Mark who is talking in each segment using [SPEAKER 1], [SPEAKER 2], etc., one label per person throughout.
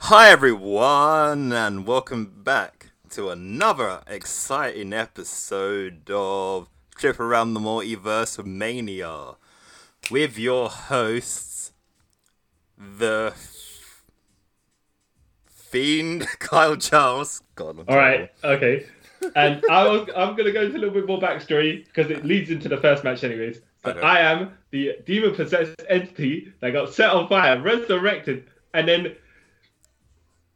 [SPEAKER 1] Hi, everyone, and welcome back to another exciting episode of Trip Around the Multiverse of Mania with your hosts, the Fiend Kyle Charles. God, I'm
[SPEAKER 2] All right,
[SPEAKER 1] terrible.
[SPEAKER 2] okay. And I was, I'm going to go into a little bit more backstory because it leads into the first match, anyways. But
[SPEAKER 1] Okay.
[SPEAKER 2] I am the demon possessed entity that got set on fire, resurrected, and then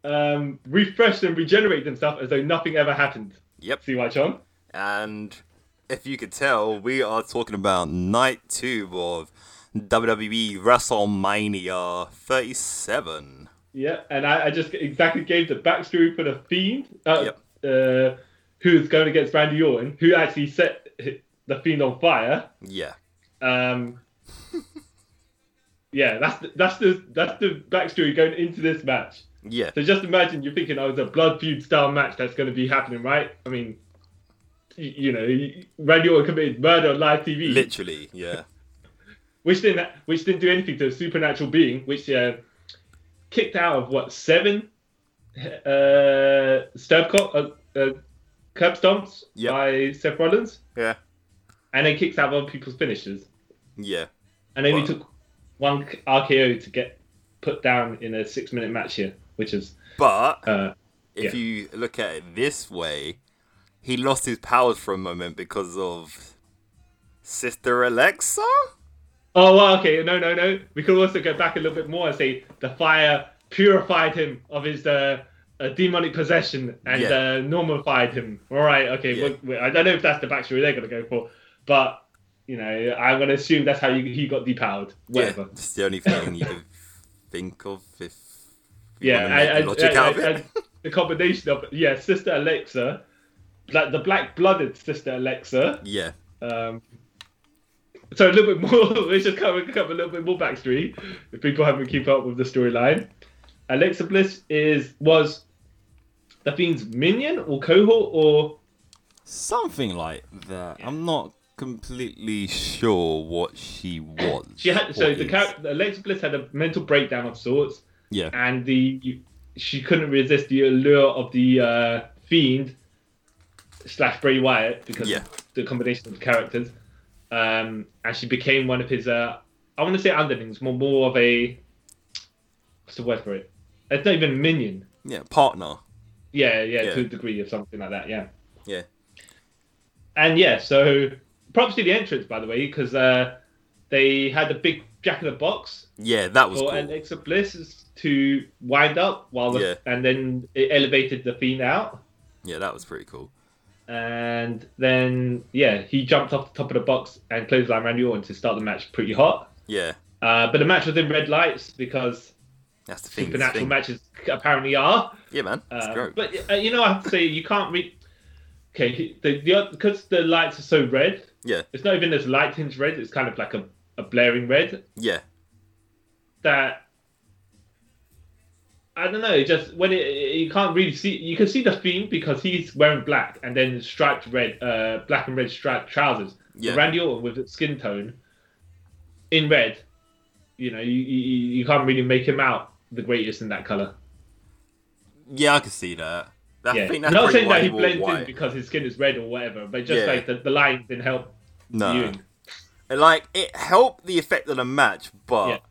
[SPEAKER 2] um, refreshed and regenerated himself as though nothing ever happened.
[SPEAKER 1] Yep.
[SPEAKER 2] See why, John?
[SPEAKER 1] And if you could tell, we are talking about night two of WWE WrestleMania 37.
[SPEAKER 2] Yeah, and I, I just exactly gave the backstory for the Fiend, uh,
[SPEAKER 1] Yep.
[SPEAKER 2] uh, who's going against Randy Orton, who actually set the Fiend on fire.
[SPEAKER 1] Yeah.
[SPEAKER 2] Um, yeah, that's the, that's the that's the backstory going into this match.
[SPEAKER 1] Yeah.
[SPEAKER 2] So just imagine you're thinking, oh, it's a blood feud style match that's going to be happening, right? I mean, y- you know, Randy Orton committed murder on live TV,
[SPEAKER 1] Literally, yeah.
[SPEAKER 2] which didn't which didn't do anything to a supernatural being, which uh, kicked out of what seven uh, stab cop uh, uh, curb stomps
[SPEAKER 1] Yep.
[SPEAKER 2] by Seth Rollins,
[SPEAKER 1] Yeah.
[SPEAKER 2] and then kicks out other people's finishes.
[SPEAKER 1] Yeah.
[SPEAKER 2] And then we
[SPEAKER 1] Wow.
[SPEAKER 2] took one K- RKO to get put down in a six minute match here, which is
[SPEAKER 1] But
[SPEAKER 2] uh,
[SPEAKER 1] if
[SPEAKER 2] Yeah.
[SPEAKER 1] you look at it this way, he lost his powers for a moment because of Sister Alexa?
[SPEAKER 2] oh well, okay, no, no, no. We could also go back a little bit more and say the fire purified him of his uh, uh, demonic possession and
[SPEAKER 1] Yeah.
[SPEAKER 2] uh, normalified him. All right, okay.
[SPEAKER 1] Yeah.
[SPEAKER 2] well well, I don't know if that's the backstory they're gonna go for, but you know, I'm gonna assume that's how you, he got depowered. Whatever.
[SPEAKER 1] Yeah. It's the only thing you can think of if you
[SPEAKER 2] Yeah,
[SPEAKER 1] wanna make
[SPEAKER 2] I, I,
[SPEAKER 1] logic
[SPEAKER 2] I-
[SPEAKER 1] out of
[SPEAKER 2] I-
[SPEAKER 1] it.
[SPEAKER 2] I- the combination of yeah, Sister Alexa, like the black-blooded Sister Alexa.
[SPEAKER 1] yeah.
[SPEAKER 2] Um, so a little bit more. Let's just cover, cover a little bit more backstory if people haven't keep up with the storyline. Alexa Bliss is was the Fiend's minion or cohort or
[SPEAKER 1] Something like that. I'm not completely sure what she was.
[SPEAKER 2] she had so
[SPEAKER 1] or
[SPEAKER 2] the
[SPEAKER 1] is.
[SPEAKER 2] char- Alexa Bliss had a mental breakdown of sorts
[SPEAKER 1] Yeah.
[SPEAKER 2] and the she couldn't resist the allure of the uh, Fiend slash Bray Wyatt because
[SPEAKER 1] Yeah.
[SPEAKER 2] of the combination of the characters. Um, and she became one of his, uh, I want to say underlings, more more of a, what's the word for it? It's not even a minion.
[SPEAKER 1] Yeah, partner.
[SPEAKER 2] Yeah, yeah,
[SPEAKER 1] Yeah.
[SPEAKER 2] to a degree or something like that. Yeah.
[SPEAKER 1] Yeah.
[SPEAKER 2] And yeah, so props to the entrance, by the way, because uh, they had a big jack in the box
[SPEAKER 1] Yeah, that was
[SPEAKER 2] for
[SPEAKER 1] cool.
[SPEAKER 2] Alexa Bliss is to wind up while the,
[SPEAKER 1] Yeah.
[SPEAKER 2] and then it elevated the Fiend out.
[SPEAKER 1] Yeah, that was pretty cool.
[SPEAKER 2] And then, yeah, he jumped off the top of the box and clothesline Randy Orton to start the match pretty hot.
[SPEAKER 1] Yeah.
[SPEAKER 2] Uh, but the match was in red lights because
[SPEAKER 1] That's the thing. it's the
[SPEAKER 2] supernatural
[SPEAKER 1] thing.
[SPEAKER 2] matches apparently are.
[SPEAKER 1] Yeah, man. It's
[SPEAKER 2] Uh,
[SPEAKER 1] great.
[SPEAKER 2] but uh, you know, I have to say, you can't read. Okay, the, the, because the lights are so red,
[SPEAKER 1] Yeah.
[SPEAKER 2] it's not even as light tinge red, it's kind of like a, a blaring red.
[SPEAKER 1] Yeah.
[SPEAKER 2] that I don't know. Just when it, you can't really see, you can see the theme because he's wearing black and then striped red, uh, black and red striped trousers.
[SPEAKER 1] Yeah.
[SPEAKER 2] Randy Orton with his skin tone in red, you know, you, you you can't really make him out the greatest in that color.
[SPEAKER 1] Yeah, I can see that. I
[SPEAKER 2] yeah,
[SPEAKER 1] think that's
[SPEAKER 2] not
[SPEAKER 1] pretty
[SPEAKER 2] saying that
[SPEAKER 1] why
[SPEAKER 2] he
[SPEAKER 1] wore
[SPEAKER 2] blends in
[SPEAKER 1] white.
[SPEAKER 2] because his skin is red or whatever, but just
[SPEAKER 1] Yeah.
[SPEAKER 2] like the, the lines didn't help
[SPEAKER 1] No,
[SPEAKER 2] you.
[SPEAKER 1] And, like it helped the effect of the match, but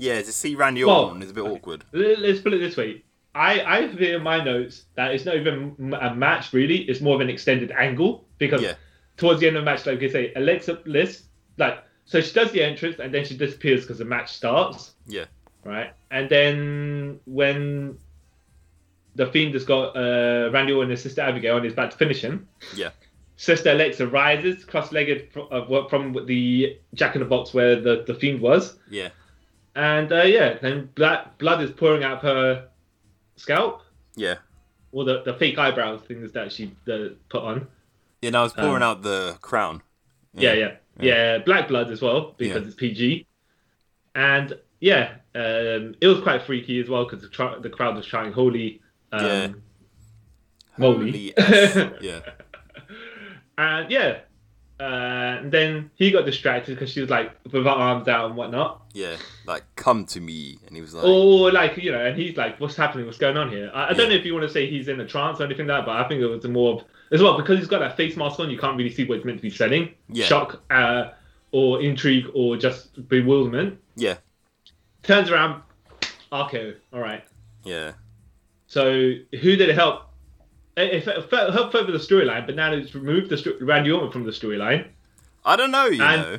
[SPEAKER 1] yeah, to see Randy
[SPEAKER 2] Well,
[SPEAKER 1] Orton is a bit awkward.
[SPEAKER 2] Let- Let's put it this way. I, I have here in my notes that it's not even m- a match really. It's more of an extended angle because
[SPEAKER 1] Yeah.
[SPEAKER 2] towards the end of the match, like you say, Alexa Bliss, like so she does the entrance and then she disappears because the match starts,
[SPEAKER 1] Yeah,
[SPEAKER 2] right? And then when the Fiend has got uh, Randy Orton and his sister Abigail and is about to finish him,
[SPEAKER 1] yeah,
[SPEAKER 2] sister Alexa rises cross-legged fr- uh, from the Jack in the Box where the, the Fiend was,
[SPEAKER 1] yeah,
[SPEAKER 2] and uh, yeah, then blood, blood is pouring out of her scalp,
[SPEAKER 1] yeah.
[SPEAKER 2] or the, the fake eyebrow things that she uh, put on.
[SPEAKER 1] Yeah, and I was pouring
[SPEAKER 2] Um,
[SPEAKER 1] out the crown.
[SPEAKER 2] Yeah, yeah, yeah, Black blood as well because
[SPEAKER 1] Yeah.
[SPEAKER 2] it's PG. And yeah, um, it was quite freaky as well because the, tr- the crowd was shouting "Holy!" Um,
[SPEAKER 1] Yeah.
[SPEAKER 2] Moly.
[SPEAKER 1] Holy S. yeah,
[SPEAKER 2] And yeah, Uh, and then he got distracted because she was like with her arms out and whatnot.
[SPEAKER 1] Yeah, like come to me, and he was like,
[SPEAKER 2] Or like you know, and he's like, "What's happening? What's going on here?" I, I don't know if you want to say he's in a trance or anything like that, but I think it was more of as well because he's got that face mask on. You can't really see what he's meant to be saying.
[SPEAKER 1] Yeah.
[SPEAKER 2] Shock, uh, or intrigue, or just bewilderment.
[SPEAKER 1] yeah,
[SPEAKER 2] Turns around, Arco. All right.
[SPEAKER 1] yeah,
[SPEAKER 2] So who did it help? It, it, fe- helped further the storyline, but now it's removed the sto- Randy Orton from the storyline.
[SPEAKER 1] I don't know, you
[SPEAKER 2] And-
[SPEAKER 1] know,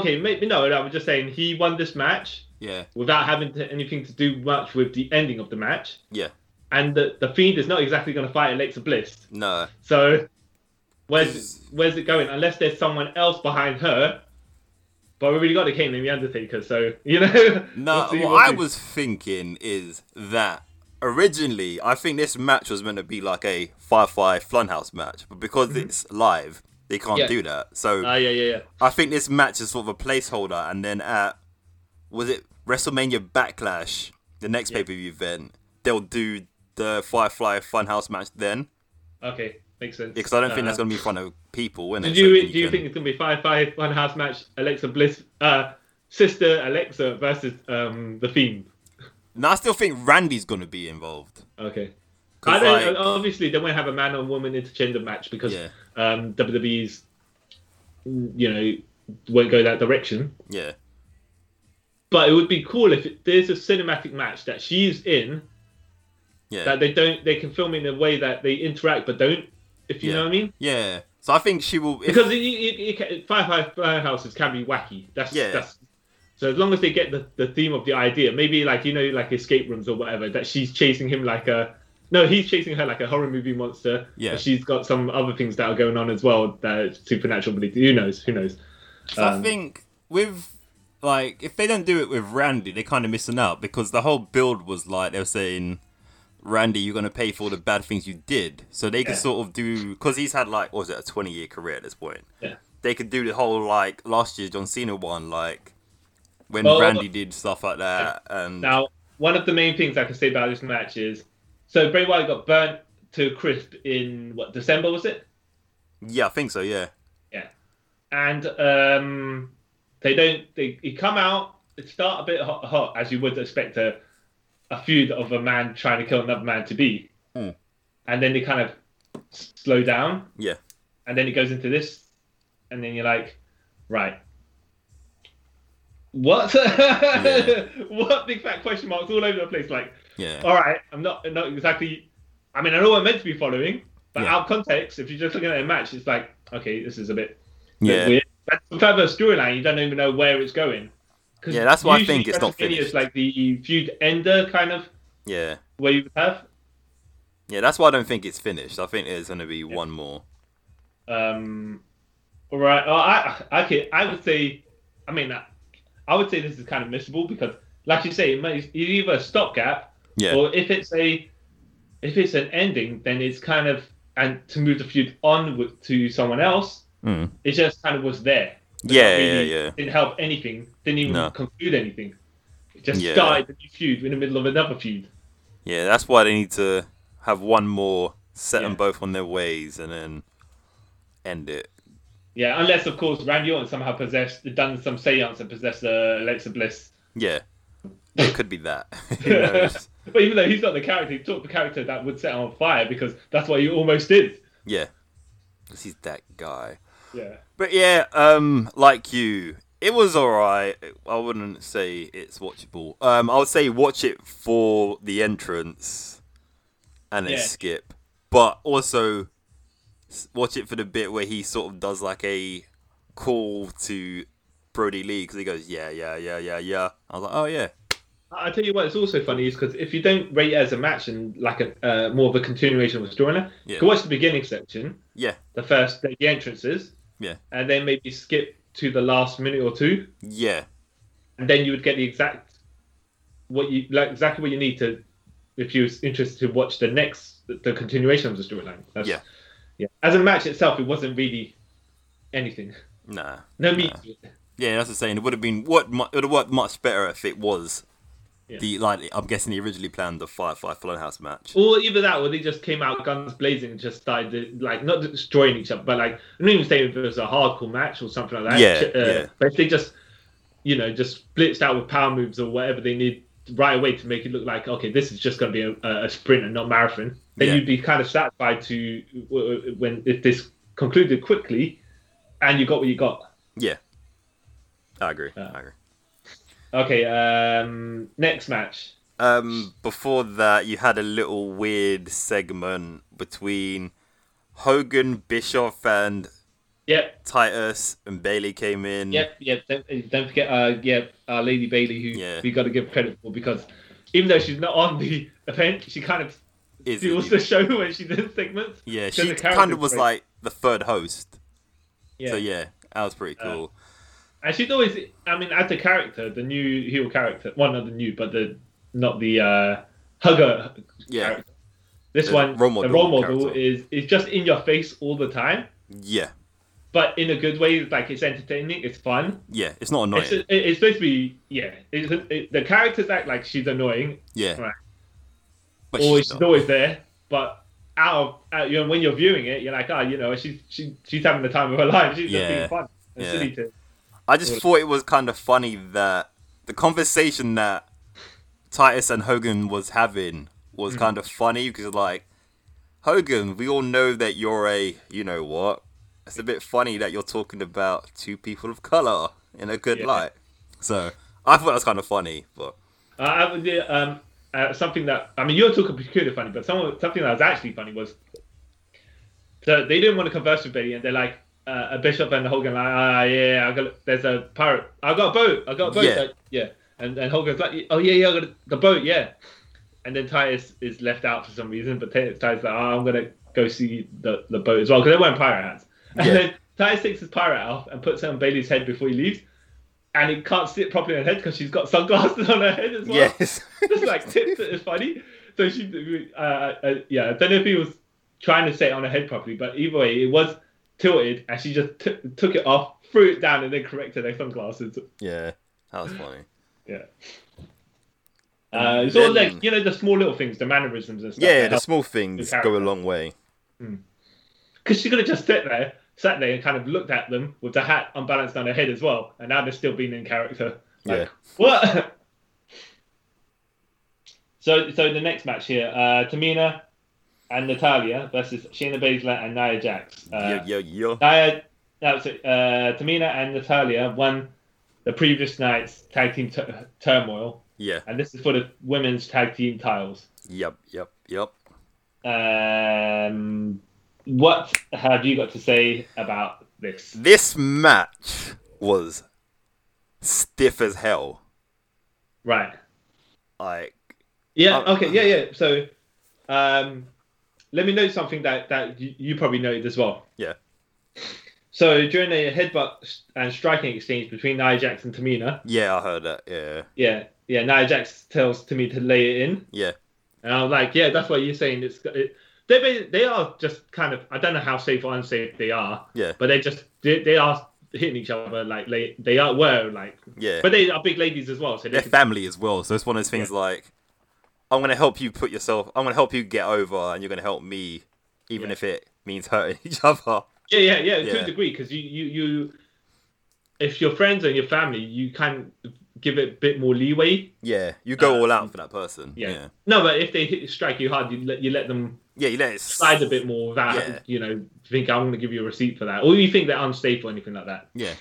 [SPEAKER 2] Okay, maybe no. no, I'm just saying he won this match
[SPEAKER 1] yeah,
[SPEAKER 2] without having to, anything to do much with the ending of the match.
[SPEAKER 1] yeah,
[SPEAKER 2] And the, the Fiend is not exactly going to fight Alexa Bliss.
[SPEAKER 1] no,
[SPEAKER 2] So where's where's it going? Unless there's someone else behind her. But we already got the King and the Undertaker, so you know.
[SPEAKER 1] no.
[SPEAKER 2] we'll see,
[SPEAKER 1] what
[SPEAKER 2] we'll
[SPEAKER 1] I
[SPEAKER 2] see.
[SPEAKER 1] was thinking is that originally I think this match was meant to be like a five-five Flunhouse match, but because it's live, they can't
[SPEAKER 2] Mm-hmm. Yeah.
[SPEAKER 1] do that. So
[SPEAKER 2] Ah, yeah, yeah, yeah.
[SPEAKER 1] I think this match is sort of a placeholder, and then at was it WrestleMania Backlash, the next pay per view event, they'll do the Firefly Funhouse match then,
[SPEAKER 2] Okay, makes sense.
[SPEAKER 1] because I don't think
[SPEAKER 2] Uh,
[SPEAKER 1] that's gonna be in front of people, will it?
[SPEAKER 2] Do
[SPEAKER 1] So
[SPEAKER 2] you,
[SPEAKER 1] then
[SPEAKER 2] do you
[SPEAKER 1] can-
[SPEAKER 2] think it's gonna be five five one house match Alexa Bliss uh sister Alexa versus um the Fiend?
[SPEAKER 1] No, I still think Randy's gonna be involved.
[SPEAKER 2] Okay.
[SPEAKER 1] 'Cause,
[SPEAKER 2] I don't,
[SPEAKER 1] like,
[SPEAKER 2] obviously, they won't have a man and woman intergender match because
[SPEAKER 1] Yeah.
[SPEAKER 2] um, WWE's, you know, won't go that direction.
[SPEAKER 1] yeah,
[SPEAKER 2] But it would be cool if it, there's a cinematic match that she's in
[SPEAKER 1] yeah,
[SPEAKER 2] that they don't, they can film in a way that they interact but don't, if you
[SPEAKER 1] Yeah.
[SPEAKER 2] know what I mean.
[SPEAKER 1] yeah. So I think she will. If,
[SPEAKER 2] because it, it, it, can- Five Five Firehouses can be wacky. That's
[SPEAKER 1] Yeah.
[SPEAKER 2] that's. So as long as they get the, the theme of the idea, maybe like you know like escape rooms or whatever, that she's chasing him like a no, he's chasing her like a horror movie monster.
[SPEAKER 1] Yeah.
[SPEAKER 2] but she's got some other things that are going on as well that are supernatural. But who knows? Who knows?
[SPEAKER 1] so
[SPEAKER 2] Um,
[SPEAKER 1] I think with like if they don't do it with Randy, they're kind of missing out because the whole build was like they were saying, Randy, you're gonna pay for all the bad things you did. So they could
[SPEAKER 2] Yeah.
[SPEAKER 1] sort of do because he's had like what was it a 20 year career at this point.
[SPEAKER 2] Yeah.
[SPEAKER 1] They could do the whole like last year's John Cena one like when
[SPEAKER 2] Well-
[SPEAKER 1] Randy did stuff like that and
[SPEAKER 2] Now, one of the main things I can say about this match is so Bray Wyatt got burnt to a crisp in what December was it?
[SPEAKER 1] yeah, I think so. Yeah,
[SPEAKER 2] Yeah, and um, they don't. They you come out. It start a bit hot, hot as you would expect a a feud of a man trying to kill another man to be,
[SPEAKER 1] Hmm.
[SPEAKER 2] and then they kind of slow down,
[SPEAKER 1] yeah,
[SPEAKER 2] and then it goes into this, and then you're like, right. What? what big fat question marks all over the place? Like,
[SPEAKER 1] yeah.
[SPEAKER 2] all right, I'm not not exactly. I mean, I know I'm meant to be following, but
[SPEAKER 1] Yeah.
[SPEAKER 2] out of context, if you're just looking at a match, it's like, okay, this is a bit
[SPEAKER 1] yeah.
[SPEAKER 2] weird. That's the further storyline. You don't even know where it's going. 'Cause
[SPEAKER 1] Yeah, that's why I
[SPEAKER 2] usually
[SPEAKER 1] think it's not
[SPEAKER 2] WrestleMania
[SPEAKER 1] finished.
[SPEAKER 2] is like the feud ender kind of
[SPEAKER 1] Yeah.
[SPEAKER 2] where you would have.
[SPEAKER 1] Yeah, that's why I don't think it's finished. I think there's going to be one more.
[SPEAKER 2] Um, all right, well, I I could, I would say, I mean, I, I would say this is kind of missable because, like you say, it may- it's either a stopgap
[SPEAKER 1] Yeah.
[SPEAKER 2] or if it's a if it's an ending, then it's kind of and to move the feud on with, to someone else.
[SPEAKER 1] Mm.
[SPEAKER 2] It just kind of was there.
[SPEAKER 1] Yeah, yeah,
[SPEAKER 2] really
[SPEAKER 1] yeah.
[SPEAKER 2] Didn't help anything. Didn't even
[SPEAKER 1] No.
[SPEAKER 2] conclude anything. It just
[SPEAKER 1] Yeah.
[SPEAKER 2] started a new feud in the middle of another feud.
[SPEAKER 1] Yeah, that's why they need to have one more, set them
[SPEAKER 2] Yeah.
[SPEAKER 1] both on their ways, and then end it.
[SPEAKER 2] Yeah, unless of course Randy Orton somehow possessed, done some seance and possessed uh, Alexa Bliss.
[SPEAKER 1] Yeah. It could be that. Who knows?
[SPEAKER 2] But even though he's not the character, he took the character that would set him on fire because that's what he almost did.
[SPEAKER 1] Yeah. 'Cause he's that guy.
[SPEAKER 2] Yeah.
[SPEAKER 1] But yeah, um, like you, it was alright. I wouldn't say it's watchable. Um, I would say watch it for the entrance and then
[SPEAKER 2] Yeah.
[SPEAKER 1] skip, but also s- watch it for the bit where he sort of does like a call to Brody Lee because he goes, yeah, yeah, yeah, yeah, yeah. I was like, oh yeah,
[SPEAKER 2] I I tell you what, it's also funny is because if you don't rate it as a match and like a uh, more of a continuation of a storyline,
[SPEAKER 1] Yeah.
[SPEAKER 2] you can watch the beginning section,
[SPEAKER 1] yeah,
[SPEAKER 2] the first the entrances,
[SPEAKER 1] yeah,
[SPEAKER 2] and then maybe skip to the last minute or two,
[SPEAKER 1] yeah,
[SPEAKER 2] and then you would get the exact what you like exactly what you need to if you was interested to watch the next the continuation of the storyline. That's-
[SPEAKER 1] Yeah.
[SPEAKER 2] yeah. As a match itself, it wasn't really anything.
[SPEAKER 1] nah.
[SPEAKER 2] No meat. to it.
[SPEAKER 1] Yeah, that's the saying. It would have been what it would have worked much better if it was
[SPEAKER 2] Yeah.
[SPEAKER 1] The like, I'm guessing he originally planned the Firefly House match.
[SPEAKER 2] Or either that, or they just came out guns blazing and just started like not destroying each other, but like I'm not even saying if it was a hardcore match or something like that.
[SPEAKER 1] Yeah,
[SPEAKER 2] uh,
[SPEAKER 1] yeah.
[SPEAKER 2] But if they just, you know, just blitzed out with power moves or whatever they need right away to make it look like okay, this is just going to be a, a sprint and not marathon, then
[SPEAKER 1] Yeah.
[SPEAKER 2] you'd be kind of satisfied to when if this concluded quickly, and you got what you got.
[SPEAKER 1] Yeah, I agree.
[SPEAKER 2] Yeah.
[SPEAKER 1] I agree.
[SPEAKER 2] Okay, um, next match.
[SPEAKER 1] Um, before that, you had a little weird segment between Hogan, Bischoff, and
[SPEAKER 2] Yep,
[SPEAKER 1] Titus, and Bailey came in.
[SPEAKER 2] Yep, yep. Don't, don't forget, uh, yep, uh, Lady Bailey, who
[SPEAKER 1] Yeah.
[SPEAKER 2] we got to give credit for because even though she's not on the event, she kind of
[SPEAKER 1] Is
[SPEAKER 2] fuels the show when she does segments.
[SPEAKER 1] yeah,
[SPEAKER 2] So
[SPEAKER 1] she
[SPEAKER 2] the
[SPEAKER 1] kind
[SPEAKER 2] character's
[SPEAKER 1] of was
[SPEAKER 2] great.
[SPEAKER 1] like the third host.
[SPEAKER 2] yeah. Uh,
[SPEAKER 1] So yeah, that was pretty cool.
[SPEAKER 2] And she's always, I mean, as a character, the new heel character, well, not the new, but the not the uh, hugger.
[SPEAKER 1] yeah,
[SPEAKER 2] character. This
[SPEAKER 1] The
[SPEAKER 2] one,
[SPEAKER 1] role model
[SPEAKER 2] the role model
[SPEAKER 1] character.
[SPEAKER 2] is is just in your face all the time,
[SPEAKER 1] yeah,
[SPEAKER 2] but in a good way. Like it's entertaining, it's fun.
[SPEAKER 1] yeah. It's not annoying.
[SPEAKER 2] It's, it- it's supposed to be, yeah. It's, it, the characters act like she's annoying,
[SPEAKER 1] yeah,
[SPEAKER 2] right.
[SPEAKER 1] but
[SPEAKER 2] always
[SPEAKER 1] she's
[SPEAKER 2] she's
[SPEAKER 1] not.
[SPEAKER 2] always there. But out of out, you know, when you're viewing it, you're like, oh, you know, she's she, she's having the time of her life. She's
[SPEAKER 1] Yeah.
[SPEAKER 2] just being fun and
[SPEAKER 1] Yeah.
[SPEAKER 2] silly to.
[SPEAKER 1] I just thought it was kind of funny that the conversation that Titus and Hogan was having
[SPEAKER 2] Hmm.
[SPEAKER 1] was kind of funny because like Hogan, we all know that you're a you know what. It's a bit funny that you're talking about two people of color in a good
[SPEAKER 2] Yeah.
[SPEAKER 1] light. So I thought that was kind of funny, but
[SPEAKER 2] Uh, I would, uh, um, uh, something that I mean, you're talking peculiar funny, but someone something that was actually funny was so they didn't want to converse with Bailey, and they're like. Uh, a bishop and Hogan like ah yeah I got there's a pirate I got a boat I got a boat
[SPEAKER 1] Yeah.
[SPEAKER 2] like, yeah and and Hogan's like oh yeah yeah I got a, the boat yeah and then Titus is left out for some reason. But Titus Titus is like, oh, I'm gonna go see the, the boat as well because they wearing pirate hats. And
[SPEAKER 1] Yeah.
[SPEAKER 2] then Titus takes his pirate hat off and puts it on Bailey's head before he leaves, and he can't sit properly on her head because she's got sunglasses on her head as well.
[SPEAKER 1] yes,
[SPEAKER 2] Just like tips it is funny. So she, uh, uh, yeah, I don't know if he was trying to sit on her head properly, but either way, it was tilted, and she just t- took it off, threw it down, and then corrected her sunglasses.
[SPEAKER 1] yeah, that was funny.
[SPEAKER 2] Yeah. Uh, it's all
[SPEAKER 1] Then-
[SPEAKER 2] like you know the small little things, the mannerisms and stuff.
[SPEAKER 1] Yeah,
[SPEAKER 2] that
[SPEAKER 1] the
[SPEAKER 2] help.
[SPEAKER 1] small things go a long way.
[SPEAKER 2] Because she could have just sat there, sat there, and kind of looked at them with the hat unbalanced on her head as well, and now they're still being in character. Like, uh,
[SPEAKER 1] Yeah.
[SPEAKER 2] What? so, so the next match here, uh, Tamina and Natalia versus Shayna Baszler and Nia Jax. Uh,
[SPEAKER 1] yo, yo, yo.
[SPEAKER 2] Nia, no, so, uh, Tamina and Natalia won the previous night's tag team t- turmoil,
[SPEAKER 1] Yeah,
[SPEAKER 2] and this is for the women's tag team titles.
[SPEAKER 1] yep, yep, yep.
[SPEAKER 2] Um, what have you got to say about this?
[SPEAKER 1] This match was stiff as hell.
[SPEAKER 2] Right.
[SPEAKER 1] Like,
[SPEAKER 2] Yeah.
[SPEAKER 1] Um,
[SPEAKER 2] okay. Yeah. Yeah. So, um, let me note something that that you, you probably noted as well.
[SPEAKER 1] Yeah.
[SPEAKER 2] So during a headbutt and striking exchange between Nia Jax and Tamina,
[SPEAKER 1] yeah, I heard that. Yeah,
[SPEAKER 2] yeah, yeah, Nia Jax tells Tamina to lay it in,
[SPEAKER 1] yeah,
[SPEAKER 2] and I'm like, yeah, that's what you're saying. It's it, they ba- they are just kind of I don't know how safe or unsafe they are,
[SPEAKER 1] yeah,
[SPEAKER 2] but they just they, they are hitting each other like they they are were like,
[SPEAKER 1] yeah.
[SPEAKER 2] but they are big ladies as well, so they
[SPEAKER 1] Their
[SPEAKER 2] could-
[SPEAKER 1] family as well. So it's one of those things like, I'm gonna help you put yourself. I'm gonna help you get over, and you're gonna help me, even
[SPEAKER 2] Yeah.
[SPEAKER 1] if it means hurting each other.
[SPEAKER 2] Yeah, yeah, yeah, to
[SPEAKER 1] Yeah.
[SPEAKER 2] a degree, because you, you, you, if your friends and your family, you can give it a bit more leeway.
[SPEAKER 1] Yeah, you go
[SPEAKER 2] Uh,
[SPEAKER 1] all out for that person.
[SPEAKER 2] Yeah.
[SPEAKER 1] Yeah, yeah.
[SPEAKER 2] No, but if they hit, strike you hard, you let you let them
[SPEAKER 1] you let it
[SPEAKER 2] slide a bit more without,
[SPEAKER 1] Yeah.
[SPEAKER 2] you know, think I'm going to give you a receipt for that, or you think they're unsafe or anything like that.
[SPEAKER 1] Yeah,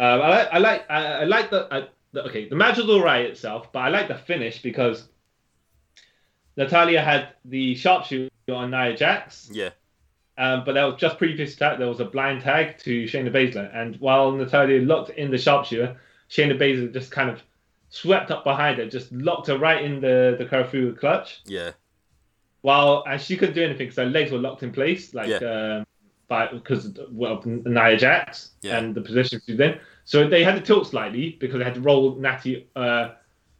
[SPEAKER 2] Um, I like, I like, I, I like the, I, the okay, the match was alright itself, but I like the finish because Natalia had the sharpshooter on Nia Jax.
[SPEAKER 1] yeah,
[SPEAKER 2] Um, but there was just previous to that, there was a blind tag to Shayna Baszler. And while Natalia locked in the sharpshooter, Shayna Baszler just kind of swept up behind her, just locked her right in the, the Karafu clutch.
[SPEAKER 1] yeah,
[SPEAKER 2] While and uh, she couldn't do anything because her legs were locked in place, like um, by because of, well, Nia Jax
[SPEAKER 1] Yeah.
[SPEAKER 2] and the position she was in. So they had to tilt slightly because they had to roll Natty uh,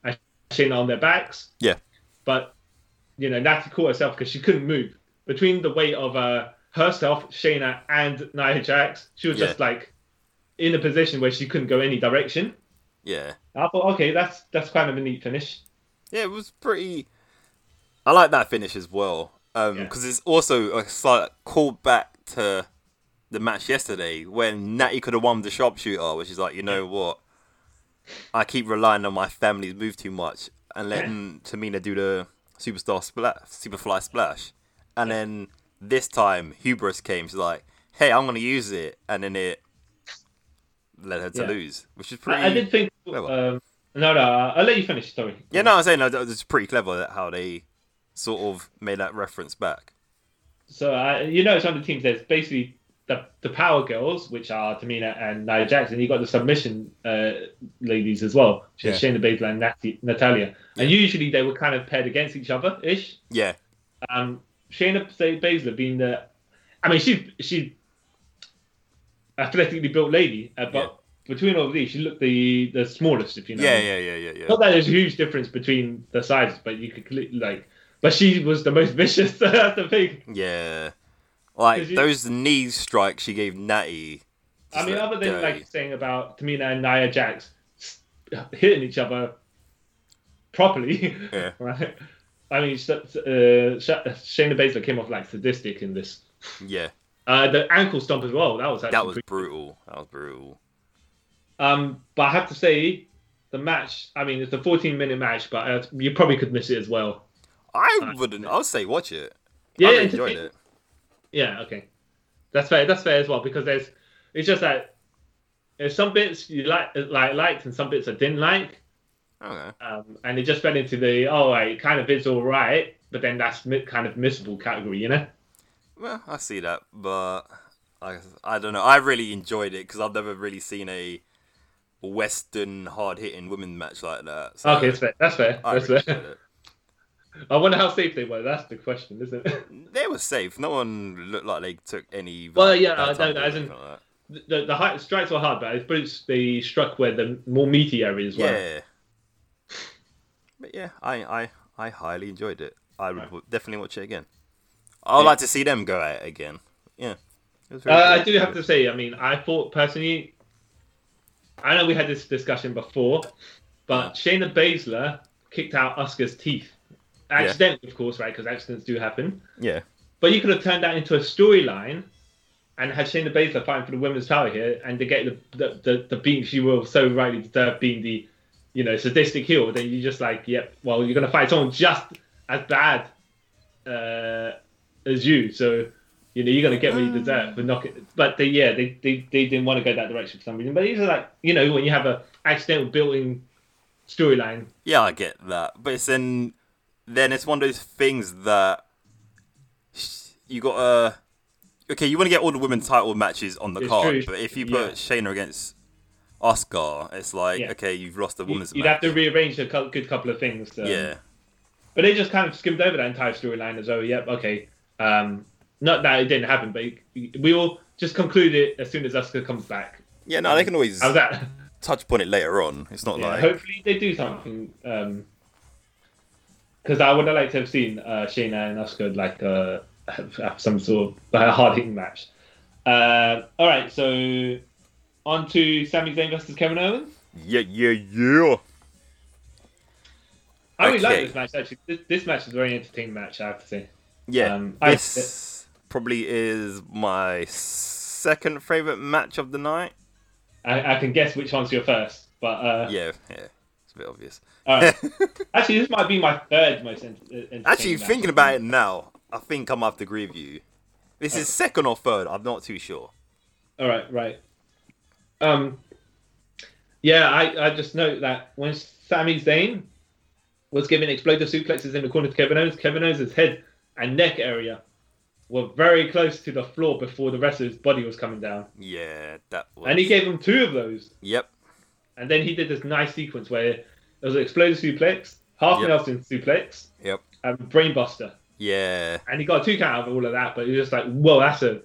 [SPEAKER 2] and Shayna on their backs.
[SPEAKER 1] Yeah.
[SPEAKER 2] But you know, Natty caught herself because she couldn't move between the weight of uh, herself, Shayna, and Nia Jax. She was
[SPEAKER 1] Yeah.
[SPEAKER 2] just like in a position where she couldn't go any direction.
[SPEAKER 1] Yeah.
[SPEAKER 2] I thought, okay, that's that's kind of a neat finish.
[SPEAKER 1] Yeah, it was pretty. I like that finish as well because
[SPEAKER 2] Yeah.
[SPEAKER 1] it's also a slight callback to the match yesterday when Natty could have won the sharpshooter, which is like, you know what? I keep relying on my family's move too much and letting Tamina do the superstar splash, superfly splash, and then this time hubris came. She's like, "Hey, I'm gonna use it," and then it led her to
[SPEAKER 2] Yeah.
[SPEAKER 1] lose, which is pretty.
[SPEAKER 2] I, I did think.
[SPEAKER 1] Well.
[SPEAKER 2] Um, no, no, I'll let you finish. Sorry.
[SPEAKER 1] Yeah, no, I'm saying no, that was pretty clever that how they sort of made that reference back.
[SPEAKER 2] So I, you notice on the teams there's basically the, the power girls, which are Tamina and Nia Jackson. You got the submission uh, ladies as well, which is
[SPEAKER 1] Yeah.
[SPEAKER 2] Shayna Baszler and Nat- Natalia. And usually they were kind of paired against each other ish.
[SPEAKER 1] Yeah,
[SPEAKER 2] Um, Shayna Ba- Baszler being the, I mean she's she's athletically built lady, uh, but between all of these, she looked the the smallest. If you know, what I
[SPEAKER 1] yeah,
[SPEAKER 2] mean.
[SPEAKER 1] yeah, yeah, yeah, yeah.
[SPEAKER 2] Not that there's a huge difference between the sides, but you could cle- like, but she was the most vicious. that's the thing.
[SPEAKER 1] Yeah, like
[SPEAKER 2] 'Cause you-
[SPEAKER 1] those knee strikes she gave Natty.
[SPEAKER 2] I
[SPEAKER 1] just
[SPEAKER 2] mean,
[SPEAKER 1] look
[SPEAKER 2] other than
[SPEAKER 1] dirty.
[SPEAKER 2] like saying about Tamina and Nia Jax s- hitting each other properly,
[SPEAKER 1] Yeah.
[SPEAKER 2] right? I mean, s- s- uh, Sha- Shayna Baszler came off like sadistic in this.
[SPEAKER 1] yeah,
[SPEAKER 2] Uh, the ankle stomp as well. That was actually
[SPEAKER 1] that was
[SPEAKER 2] pretty-
[SPEAKER 1] brutal. That was brutal.
[SPEAKER 2] Um, but I have to say, the match. I mean, it's a 14 minute match, but uh, you probably could miss it as well.
[SPEAKER 1] I wouldn't. I would say watch it.
[SPEAKER 2] Uh, Yeah,
[SPEAKER 1] I really
[SPEAKER 2] it's-
[SPEAKER 1] enjoyed it.
[SPEAKER 2] Yeah, okay, that's fair. That's fair as well because there's. It's just that there's some bits you like like liked and some bits I didn't like.
[SPEAKER 1] Okay.
[SPEAKER 2] um, and it just fell into the oh, it kind of is all right, but then that's mi- kind of missable category, you know?
[SPEAKER 1] Well, I see that, but I I don't know. I really enjoyed it because I've never really seen a Western hard hitting women match like that. So
[SPEAKER 2] Okay, that's fair. That's fair.
[SPEAKER 1] Uh, I
[SPEAKER 2] that's
[SPEAKER 1] really
[SPEAKER 2] fair.
[SPEAKER 1] enjoyed it.
[SPEAKER 2] I wonder how safe they were. That's the question, isn't it?
[SPEAKER 1] They were safe. No one looked like they took any.
[SPEAKER 2] Well,
[SPEAKER 1] like,
[SPEAKER 2] yeah,
[SPEAKER 1] bad
[SPEAKER 2] I
[SPEAKER 1] time
[SPEAKER 2] don't-
[SPEAKER 1] or
[SPEAKER 2] as in-
[SPEAKER 1] anything like that.
[SPEAKER 2] the the height, strikes were hard, but I suppose they struck where the more meaty areas were.
[SPEAKER 1] yeah. But yeah, I, I I highly enjoyed it. I would w- definitely watch it again. I would
[SPEAKER 2] Yeah.
[SPEAKER 1] like to see them go at it again. Yeah. It was very
[SPEAKER 2] Uh, I
[SPEAKER 1] good.
[SPEAKER 2] do have to say, I mean, I thought personally, I know we had this discussion before, but Shayna Baszler kicked out Oscar's teeth. Accidentally, of course, right? Because accidents do happen.
[SPEAKER 1] Yeah.
[SPEAKER 2] But you could have turned that into a storyline and had Shayna Baszler fighting for the women's title here and to get the the, the, the beating she will so rightly deserve being the, you know, sadistic heel. Then you just like, yep, well, you're going to fight someone just as bad uh, as you. So, you know, you're going to get what you deserve. But, knock it. but they, yeah, they, they, they didn't want to go that direction for some reason. But these are like, you know, when you have a accidental built-in storyline.
[SPEAKER 1] Yeah, I get that, but it's then then it's one of those things that sh- you got to okay. You want to get all the women title matches on the
[SPEAKER 2] It's
[SPEAKER 1] card,
[SPEAKER 2] true.
[SPEAKER 1] but if you
[SPEAKER 2] Yeah.
[SPEAKER 1] put Shayna against Oscar, it's like
[SPEAKER 2] Yeah.
[SPEAKER 1] okay, you've lost the
[SPEAKER 2] You,
[SPEAKER 1] women's
[SPEAKER 2] you'd have
[SPEAKER 1] match.
[SPEAKER 2] to rearrange a cou- good couple of things. um,
[SPEAKER 1] yeah,
[SPEAKER 2] But they just kind of skimmed over that entire storyline as oh, yep, okay. Um, not that it didn't happen, but we will just conclude it as soon as Asuka comes back.
[SPEAKER 1] yeah. No, they can always
[SPEAKER 2] How's that?
[SPEAKER 1] touch upon it later on. It's not
[SPEAKER 2] Um, Yeah,
[SPEAKER 1] like
[SPEAKER 2] Hopefully they do something. Um, because I would have liked to have seen uh, Shayna and Asuka like uh, have, have some sort of uh, hard hitting match. Uh, all right, so on to Sami Zayn versus Kevin Owens.
[SPEAKER 1] yeah, yeah, yeah.
[SPEAKER 2] I really
[SPEAKER 1] Okay.
[SPEAKER 2] like this match actually. This, this match is a very entertaining match, I have to say.
[SPEAKER 1] Yeah,
[SPEAKER 2] Um, I-
[SPEAKER 1] this probably is my second favorite match of the night.
[SPEAKER 2] I, I can guess which one's your first, but uh,
[SPEAKER 1] Yeah, yeah, it's a bit obvious.
[SPEAKER 2] all right. Actually, this might be my third most ent- uh, entertaining.
[SPEAKER 1] Actually,
[SPEAKER 2] match.
[SPEAKER 1] thinking about it now, I think I might have to agree with you. This
[SPEAKER 2] Uh.
[SPEAKER 1] is second or third. I'm not too sure.
[SPEAKER 2] All right, right. Um, yeah, I, I just note that when Sami Zayn was giving explosive suplexes in the corner to Kevin Owens, Kevin Owens' head and neck area were very close to the floor before the rest of his body was coming down,
[SPEAKER 1] Yeah, that was.
[SPEAKER 2] and he gave him two of those.
[SPEAKER 1] Yep.
[SPEAKER 2] And then he did this nice sequence where it was an explosive suplex, half
[SPEAKER 1] Yep.
[SPEAKER 2] Nelson suplex,
[SPEAKER 1] Yep.
[SPEAKER 2] and brainbuster.
[SPEAKER 1] Yeah.
[SPEAKER 2] and he got a two count out of all of that, but he was just like, "Whoa, that's a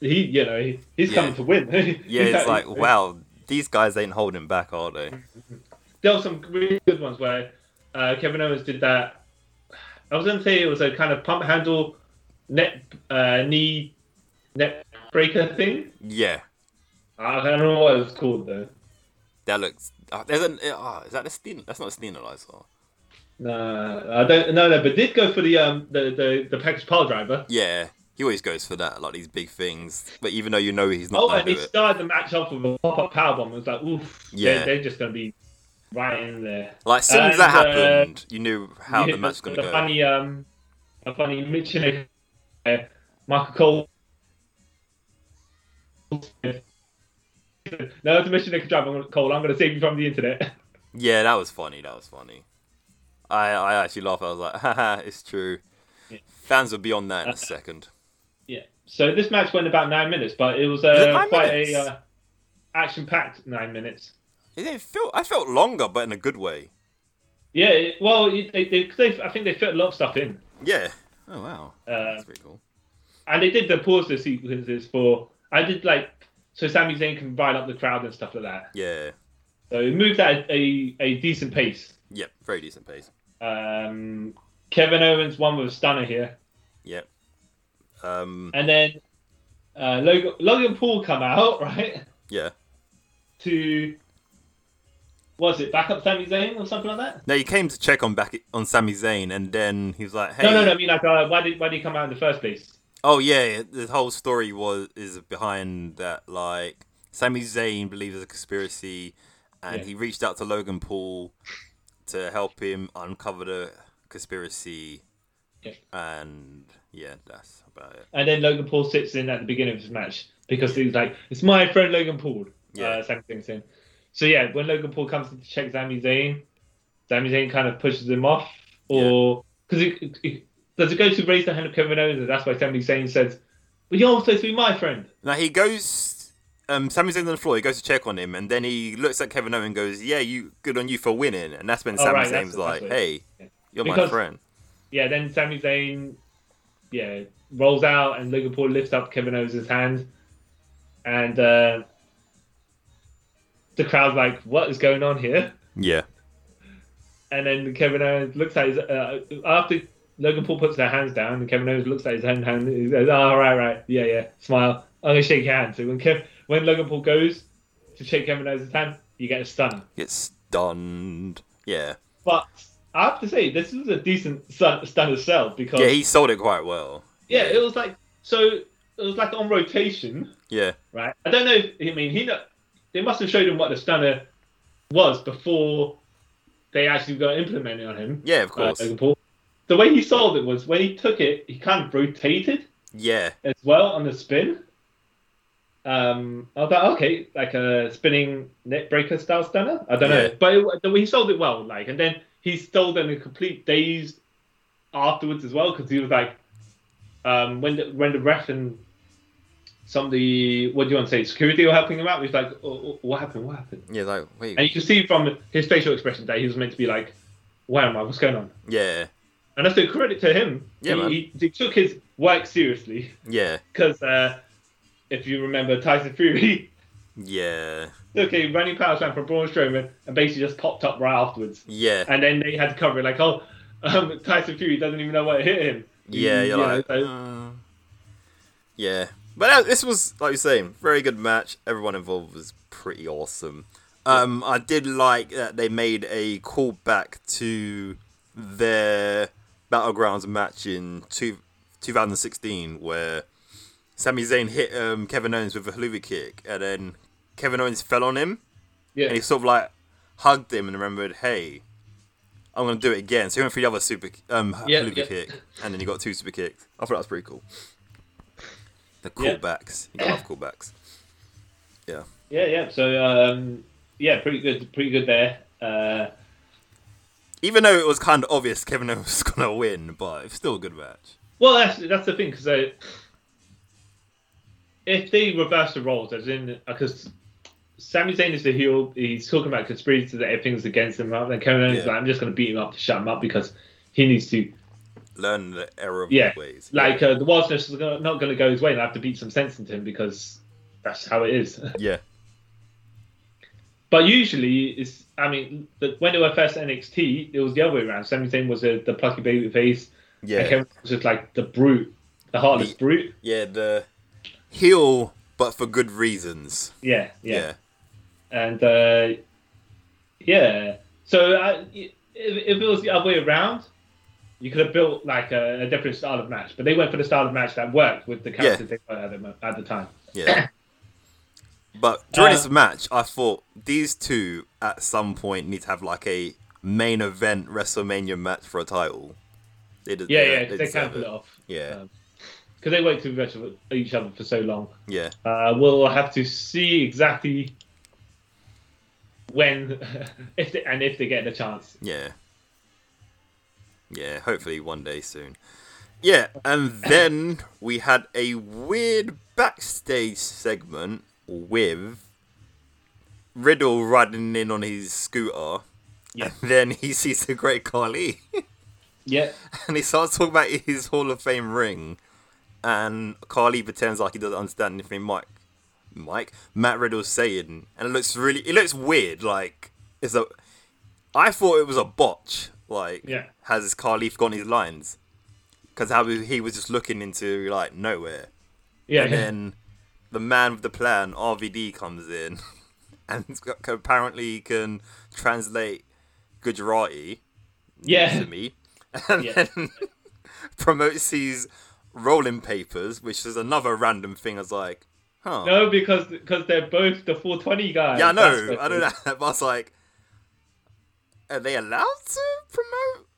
[SPEAKER 2] he, you know, he, he's
[SPEAKER 1] Yeah.
[SPEAKER 2] coming to win."
[SPEAKER 1] Yeah, it's like, wow, these guys ain't holding back, are they?
[SPEAKER 2] There were some really good ones where uh, Kevin Owens did that. I was going to say it was a kind of pump handle, net uh, knee, net breaker thing.
[SPEAKER 1] Yeah.
[SPEAKER 2] I don't know what it was called though.
[SPEAKER 1] That looks Uh, there's an uh, is that a Steen? That's not a Steenalizer.
[SPEAKER 2] No, I don't. No, no, but did go for the um the the, the package pile driver.
[SPEAKER 1] Yeah, he always goes for that, like these big things. But even though you know he's not
[SPEAKER 2] Oh,
[SPEAKER 1] gonna
[SPEAKER 2] and he
[SPEAKER 1] do it,
[SPEAKER 2] started the match off with a pop up power bomb. It was like, oof, yeah,
[SPEAKER 1] Yeah.
[SPEAKER 2] they're, just gonna be right in there.
[SPEAKER 1] like as soon as that
[SPEAKER 2] and, uh,
[SPEAKER 1] happened, you knew how
[SPEAKER 2] Yeah,
[SPEAKER 1] the match was gonna
[SPEAKER 2] the
[SPEAKER 1] go.
[SPEAKER 2] funny um, a funny mention of uh, Michael Cole. Now to mention Nick Drive, I'm Cole. I'm gonna save you from the internet.
[SPEAKER 1] Yeah, that was funny. That was funny. I I actually laughed. I was like, haha, it's true.
[SPEAKER 2] Yeah. Uh,
[SPEAKER 1] Fans would be on that in a second.
[SPEAKER 2] Yeah. So this match went about nine minutes, but it was uh,
[SPEAKER 1] Was it nine
[SPEAKER 2] quite
[SPEAKER 1] minutes?
[SPEAKER 2] a uh, action-packed nine minutes.
[SPEAKER 1] It didn't feel. I felt longer, but in a good way.
[SPEAKER 2] Yeah. It, well, it- they, they, 'cause they, I think they fit a lot of stuff in,
[SPEAKER 1] Yeah. Oh wow,
[SPEAKER 2] uh,
[SPEAKER 1] that's pretty cool.
[SPEAKER 2] and they did the pause the sequences for. I did like so Sami Zayn can rile up the crowd and stuff like that.
[SPEAKER 1] Yeah.
[SPEAKER 2] So it moved at a, a decent pace.
[SPEAKER 1] Yep. Very decent pace.
[SPEAKER 2] Um, Kevin Owens won with a stunner here,
[SPEAKER 1] Yep. Um.
[SPEAKER 2] and then uh, Logan, Logan Paul come out right
[SPEAKER 1] Yeah.
[SPEAKER 2] to was it back up Sami Zayn or something like that?
[SPEAKER 1] No, he came to check on back on Sami Zayn, and then he was like, "Hey,
[SPEAKER 2] No, no, no. I mean, like, uh, why did why did he come out in the first place?
[SPEAKER 1] oh yeah, the whole story was is behind that. Like, Sami Zayn believes it's a conspiracy, and
[SPEAKER 2] Yeah.
[SPEAKER 1] he reached out to Logan Paul to help him uncover the conspiracy,
[SPEAKER 2] Yeah.
[SPEAKER 1] and yeah, that's about it.
[SPEAKER 2] And then Logan Paul sits in at the beginning of his match because he's like, "It's my friend Logan Paul."
[SPEAKER 1] Yeah.
[SPEAKER 2] Uh, Sami Zayn's in. So yeah, when Logan Paul comes to check Sami Zayn, Sami Zayn kind of pushes him off, or because it, it- does it go to raise the hand of Kevin Owens, and that's why Sami Zayn says, "But you're supposed to be my friend."
[SPEAKER 1] Now he goes. Um, Sami Zayn's on the floor. He goes to check on him, and then he looks at Kevin Owens and goes, "Yeah, you good on you for winning." And that's when
[SPEAKER 2] Oh,
[SPEAKER 1] Sami
[SPEAKER 2] right, that's-
[SPEAKER 1] Zayn's
[SPEAKER 2] that's
[SPEAKER 1] like,
[SPEAKER 2] what-
[SPEAKER 1] "Hey,
[SPEAKER 2] yeah.
[SPEAKER 1] you're my
[SPEAKER 2] Because-
[SPEAKER 1] friend."
[SPEAKER 2] Yeah. Then Sami Zayn, yeah, rolls out, and Logan Paul lifts up Kevin Owens' hand, and uh, the crowd's like, "What is going on here?"
[SPEAKER 1] Yeah.
[SPEAKER 2] And then Kevin Owens looks at his uh, after Logan Paul puts their hands down, and Kevin Owens looks at his own hand. And he says, "Oh right, right, yeah, yeah." Smile. I'm gonna shake your hand. So when Kev, when Logan Paul goes to shake Kevin Owens' hand, you get a stunner.
[SPEAKER 1] Gets stunned. Yeah.
[SPEAKER 2] But I have to say, this was a decent stun- stunner sell because
[SPEAKER 1] Yeah,
[SPEAKER 2] yeah,
[SPEAKER 1] he sold it quite well.
[SPEAKER 2] it was like so it was like on rotation,
[SPEAKER 1] Yeah.
[SPEAKER 2] right? I don't know. if I mean, he kno- they must have showed him what the stunner was before they actually got implemented on him.
[SPEAKER 1] Yeah, of
[SPEAKER 2] uh,
[SPEAKER 1] course.
[SPEAKER 2] Logan Paul. The way he sold it was when he took it, he kind of rotated
[SPEAKER 1] yeah.
[SPEAKER 2] as well on the spin. Um, I was like, okay, like a spinning net breaker style stunner. I don't
[SPEAKER 1] Yeah.
[SPEAKER 2] know, but it, the way he sold it well, like, and then he sold it in a complete daze afterwards as well because he was like, um, when the, when the ref and some of the what do you want to say security were helping him out, he was like, oh, oh, what happened? What happened?
[SPEAKER 1] Yeah, like, wait.
[SPEAKER 2] And you can see from his facial expression that he was meant to be like, where am I? What's going on?
[SPEAKER 1] Yeah.
[SPEAKER 2] And that's a credit to him.
[SPEAKER 1] Yeah,
[SPEAKER 2] he,
[SPEAKER 1] man.
[SPEAKER 2] He, he took his work seriously
[SPEAKER 1] Yeah.
[SPEAKER 2] because uh, if you remember, Tyson Fury
[SPEAKER 1] Yeah.
[SPEAKER 2] took a running power slam from Braun Strowman and basically just popped up right afterwards.
[SPEAKER 1] Yeah.
[SPEAKER 2] And then they had to cover it like, oh, um, Tyson Fury doesn't even know what hit him.
[SPEAKER 1] Yeah,
[SPEAKER 2] You
[SPEAKER 1] you're
[SPEAKER 2] know,
[SPEAKER 1] like.
[SPEAKER 2] so-
[SPEAKER 1] uh, yeah. But that, this was, like you're saying, very good match. Everyone involved was pretty awesome. Um, I did like that they made a callback to their Battlegrounds match in two, 2016 where Sami Zayn hit um, Kevin Owens with a haluva kick and then Kevin Owens fell on him
[SPEAKER 2] yeah.
[SPEAKER 1] and he sort of like hugged him and remembered, hey, I'm gonna do it again. So he went for the other super um
[SPEAKER 2] Yeah,
[SPEAKER 1] haluva
[SPEAKER 2] yeah.
[SPEAKER 1] kick, and then he got two super kicks. I thought that was pretty cool. The
[SPEAKER 2] Yeah.
[SPEAKER 1] callbacks, you gotta love callbacks. Yeah,
[SPEAKER 2] yeah, yeah. So, um, yeah, pretty good, pretty good there. Uh,
[SPEAKER 1] even though it was kind of obvious Kevin Owens was gonna win, but it's still a good match.
[SPEAKER 2] well, that's that's the thing because uh, if they reverse the roles, as in because. Sami Zayn is the heel. He's talking about conspiracy that everything's against him. And Kevin Owens is
[SPEAKER 1] Yeah.
[SPEAKER 2] like, I'm just going to beat him up to shut him up because he needs to
[SPEAKER 1] Learn the error of
[SPEAKER 2] Yeah,
[SPEAKER 1] his ways.
[SPEAKER 2] like uh, the wildness is gonna, not going to go his way, and I have to beat some sense into him because that's how it is.
[SPEAKER 1] yeah,
[SPEAKER 2] but usually, it's I mean, the, when they were first NXT, it was the other way around. Sami Zayn was uh, the plucky baby face, and
[SPEAKER 1] yeah,
[SPEAKER 2] Kevin was just like the brute, the heartless
[SPEAKER 1] The-
[SPEAKER 2] brute.
[SPEAKER 1] yeah. The heel, but for good reasons.
[SPEAKER 2] Yeah, yeah.
[SPEAKER 1] Yeah,
[SPEAKER 2] And uh, Yeah. So I, if, if it was the other way around, you could have built like a, a different style of match. But they went for the style of match that worked with the characters they were at the, mo- at the time.
[SPEAKER 1] Yeah. But during
[SPEAKER 2] Uh,
[SPEAKER 1] this match, I thought these two at some point need to have like a main event WrestleMania match for a title. They did,
[SPEAKER 2] Yeah, yeah,
[SPEAKER 1] they
[SPEAKER 2] they can
[SPEAKER 1] deserve
[SPEAKER 2] pull
[SPEAKER 1] it.
[SPEAKER 2] it Um, off.
[SPEAKER 1] Yeah.
[SPEAKER 2] Because they worked with each other- each other for so long.
[SPEAKER 1] Yeah,
[SPEAKER 2] Uh, we'll have to see exactly when if they, and if they get the chance.
[SPEAKER 1] yeah, yeah. Hopefully, one day soon. Yeah, and then we had a weird backstage segment with Riddle riding in on his scooter.
[SPEAKER 2] Yeah.
[SPEAKER 1] And then he sees the great Khali.
[SPEAKER 2] Yeah.
[SPEAKER 1] and he starts talking about his Hall of Fame ring, and Carly pretends like he doesn't understand anything. Mike, Mike, Matt Riddle's saying, and it looks really, it looks weird. Like it's a, I thought it was a botch. Like,
[SPEAKER 2] Yeah.
[SPEAKER 1] has Carly forgotten his lines? Because how he he was just looking into like nowhere,
[SPEAKER 2] Yeah.
[SPEAKER 1] and then the man with the plan, RVD, comes in, and c- apparently can translate Gujarati
[SPEAKER 2] yeah.
[SPEAKER 1] to me, and
[SPEAKER 2] Yeah.
[SPEAKER 1] then promotes these rolling papers, which is another random thing. I was like, huh?
[SPEAKER 2] No, because because they're both the 420 guys.
[SPEAKER 1] yeah, I
[SPEAKER 2] That's
[SPEAKER 1] know.
[SPEAKER 2] what
[SPEAKER 1] I don't
[SPEAKER 2] it
[SPEAKER 1] know.
[SPEAKER 2] is.
[SPEAKER 1] But I was like, are they allowed to promote?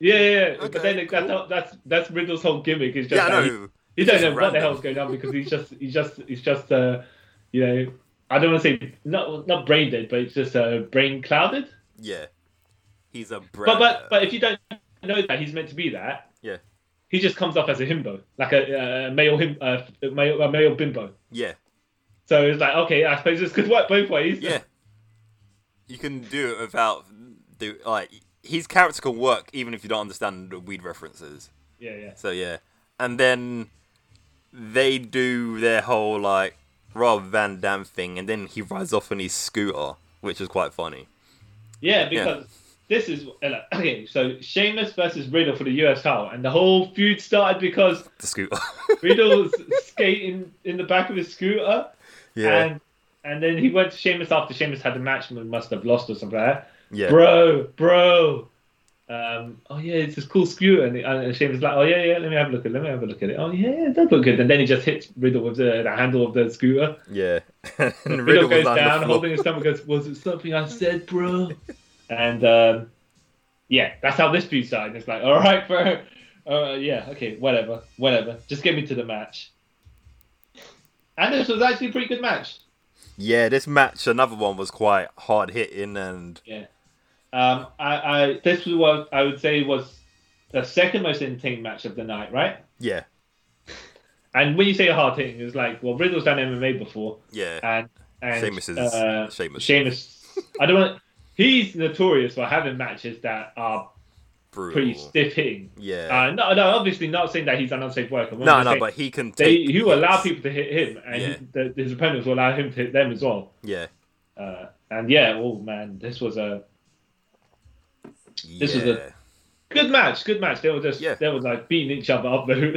[SPEAKER 2] Yeah, yeah. yeah.
[SPEAKER 1] Okay,
[SPEAKER 2] but then that's
[SPEAKER 1] cool.
[SPEAKER 2] not- that's that's Riddle's whole gimmick. Is just
[SPEAKER 1] Yeah, I
[SPEAKER 2] that he-
[SPEAKER 1] know.
[SPEAKER 2] You don't know
[SPEAKER 1] Just
[SPEAKER 2] what the
[SPEAKER 1] random.
[SPEAKER 2] hell's going on because he's just he's just he's just uh you know I don't want to say not not brain dead but it's just uh brain clouded.
[SPEAKER 1] Yeah, he's a brat.
[SPEAKER 2] But but but if you don't know that he's meant to be that,
[SPEAKER 1] yeah,
[SPEAKER 2] he just comes off as a himbo, like a, uh male him uh, male a male bimbo.
[SPEAKER 1] yeah,
[SPEAKER 2] So it's like okay, I suppose this could work both ways.
[SPEAKER 1] yeah. You can do it without do like his character can work even if you don't understand the weed references.
[SPEAKER 2] yeah, yeah.
[SPEAKER 1] So yeah, and then they do their whole like Rob Van Dam thing, and then he rides off on his scooter, which is quite funny.
[SPEAKER 2] Yeah, because this is uh, okay. So Sheamus versus Riddle for the US title, and the whole feud started because
[SPEAKER 1] The scooter.
[SPEAKER 2] Riddle was skating in the back of his scooter,
[SPEAKER 1] yeah.
[SPEAKER 2] and and then he went to Sheamus after Sheamus had the match and must have lost or something. Like that.
[SPEAKER 1] yeah.
[SPEAKER 2] Bro, bro. Um, oh yeah, it's this cool scooter, and, and Sheamus like, oh yeah, yeah, let me have a look at, it, let me have a look at it. Oh yeah, it does look good. And then he just hits Riddle with the, the handle of the scooter.
[SPEAKER 1] yeah. and
[SPEAKER 2] Riddle, goes
[SPEAKER 1] on the
[SPEAKER 2] down,
[SPEAKER 1] floor.
[SPEAKER 2] holding his stomach, goes, "Was it something I said, bro?" and um, yeah, that's how this feud started. It's like, all right, bro. Uh, yeah, okay, whatever, whatever. Just get me to the match. And this was actually a pretty good match.
[SPEAKER 1] Yeah, this match, another one was quite hard hitting, and
[SPEAKER 2] Yeah. Um, I, I this was what I would say was the second most entertaining match of the night, right?
[SPEAKER 1] yeah,
[SPEAKER 2] And when you say hard hitting, it's like, well, Riddle's done MMA before,
[SPEAKER 1] yeah.
[SPEAKER 2] and and
[SPEAKER 1] Sheamus is
[SPEAKER 2] uh,
[SPEAKER 1] Sheamus.
[SPEAKER 2] Sheamus. I don't want. He's notorious for having matches that are
[SPEAKER 1] brutal.
[SPEAKER 2] pretty stiff hitting.
[SPEAKER 1] Yeah.
[SPEAKER 2] Uh, no, no, obviously not saying that he's an unsafe worker. What
[SPEAKER 1] no,
[SPEAKER 2] I'm
[SPEAKER 1] no,
[SPEAKER 2] saying,
[SPEAKER 1] but he can
[SPEAKER 2] they
[SPEAKER 1] take.
[SPEAKER 2] he will allow
[SPEAKER 1] hits.
[SPEAKER 2] people to hit him, and
[SPEAKER 1] Yeah.
[SPEAKER 2] he- the, his opponents will allow him to hit them as well.
[SPEAKER 1] Yeah.
[SPEAKER 2] Uh, and yeah, oh man, this was a
[SPEAKER 1] Yeah.
[SPEAKER 2] This was a- good match. Good match. They were just
[SPEAKER 1] Yeah.
[SPEAKER 2] they were like beating each other up the hoop.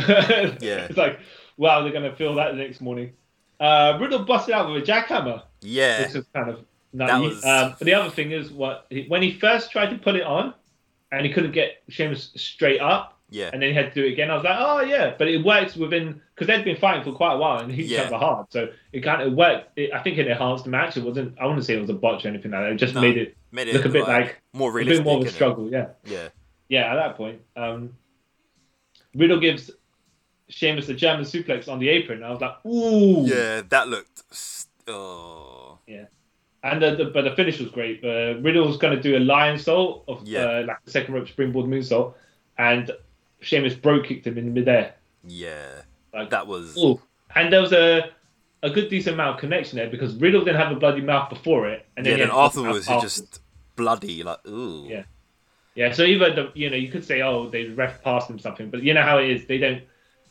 [SPEAKER 1] Yeah.
[SPEAKER 2] it's like wow, they're gonna feel that the next morning. Uh, Riddle busted out with a jackhammer,
[SPEAKER 1] yeah.
[SPEAKER 2] which is kind of
[SPEAKER 1] That
[SPEAKER 2] nutty.
[SPEAKER 1] was-
[SPEAKER 2] Um, but the other thing is what he, when he first tried to put it on, and he couldn't get Sheamus straight up.
[SPEAKER 1] yeah.
[SPEAKER 2] and then he had to do it again. I was like, oh yeah, but it works within because they'd been fighting for quite a while and hit each
[SPEAKER 1] Yeah.
[SPEAKER 2] other hard, so it kind of worked. It, I think it enhanced the match. It wasn't. I wouldn't say it was a botch or anything like that. It just
[SPEAKER 1] No,
[SPEAKER 2] made it
[SPEAKER 1] Made
[SPEAKER 2] look a bit like-
[SPEAKER 1] more
[SPEAKER 2] a
[SPEAKER 1] realistic.
[SPEAKER 2] bit more of a
[SPEAKER 1] innit?
[SPEAKER 2] struggle. Yeah,
[SPEAKER 1] Yeah.
[SPEAKER 2] yeah. At that point, um, Riddle gives Sheamus a German suplex on the apron. I was like, ooh,
[SPEAKER 1] Yeah, that looked. s oh,
[SPEAKER 2] And the, the, but the finish was great. Uh, Riddle was going to do a lion salt of
[SPEAKER 1] Yeah.
[SPEAKER 2] uh, like the second rope springboard moonsault, and Sheamus bro kicked him in midair.
[SPEAKER 1] yeah.
[SPEAKER 2] Like,
[SPEAKER 1] That was.
[SPEAKER 2] Ooh. And there was a a good decent amount of connection there because Riddle didn't have a bloody mouth before it, and
[SPEAKER 1] yeah,
[SPEAKER 2] then,
[SPEAKER 1] then
[SPEAKER 2] he had
[SPEAKER 1] afterwards,
[SPEAKER 2] a
[SPEAKER 1] it
[SPEAKER 2] mouth
[SPEAKER 1] just bloody, like, ooh.
[SPEAKER 2] Yeah. yeah. So even the, you know you could say oh they ref passed him something, but you know how it is they don't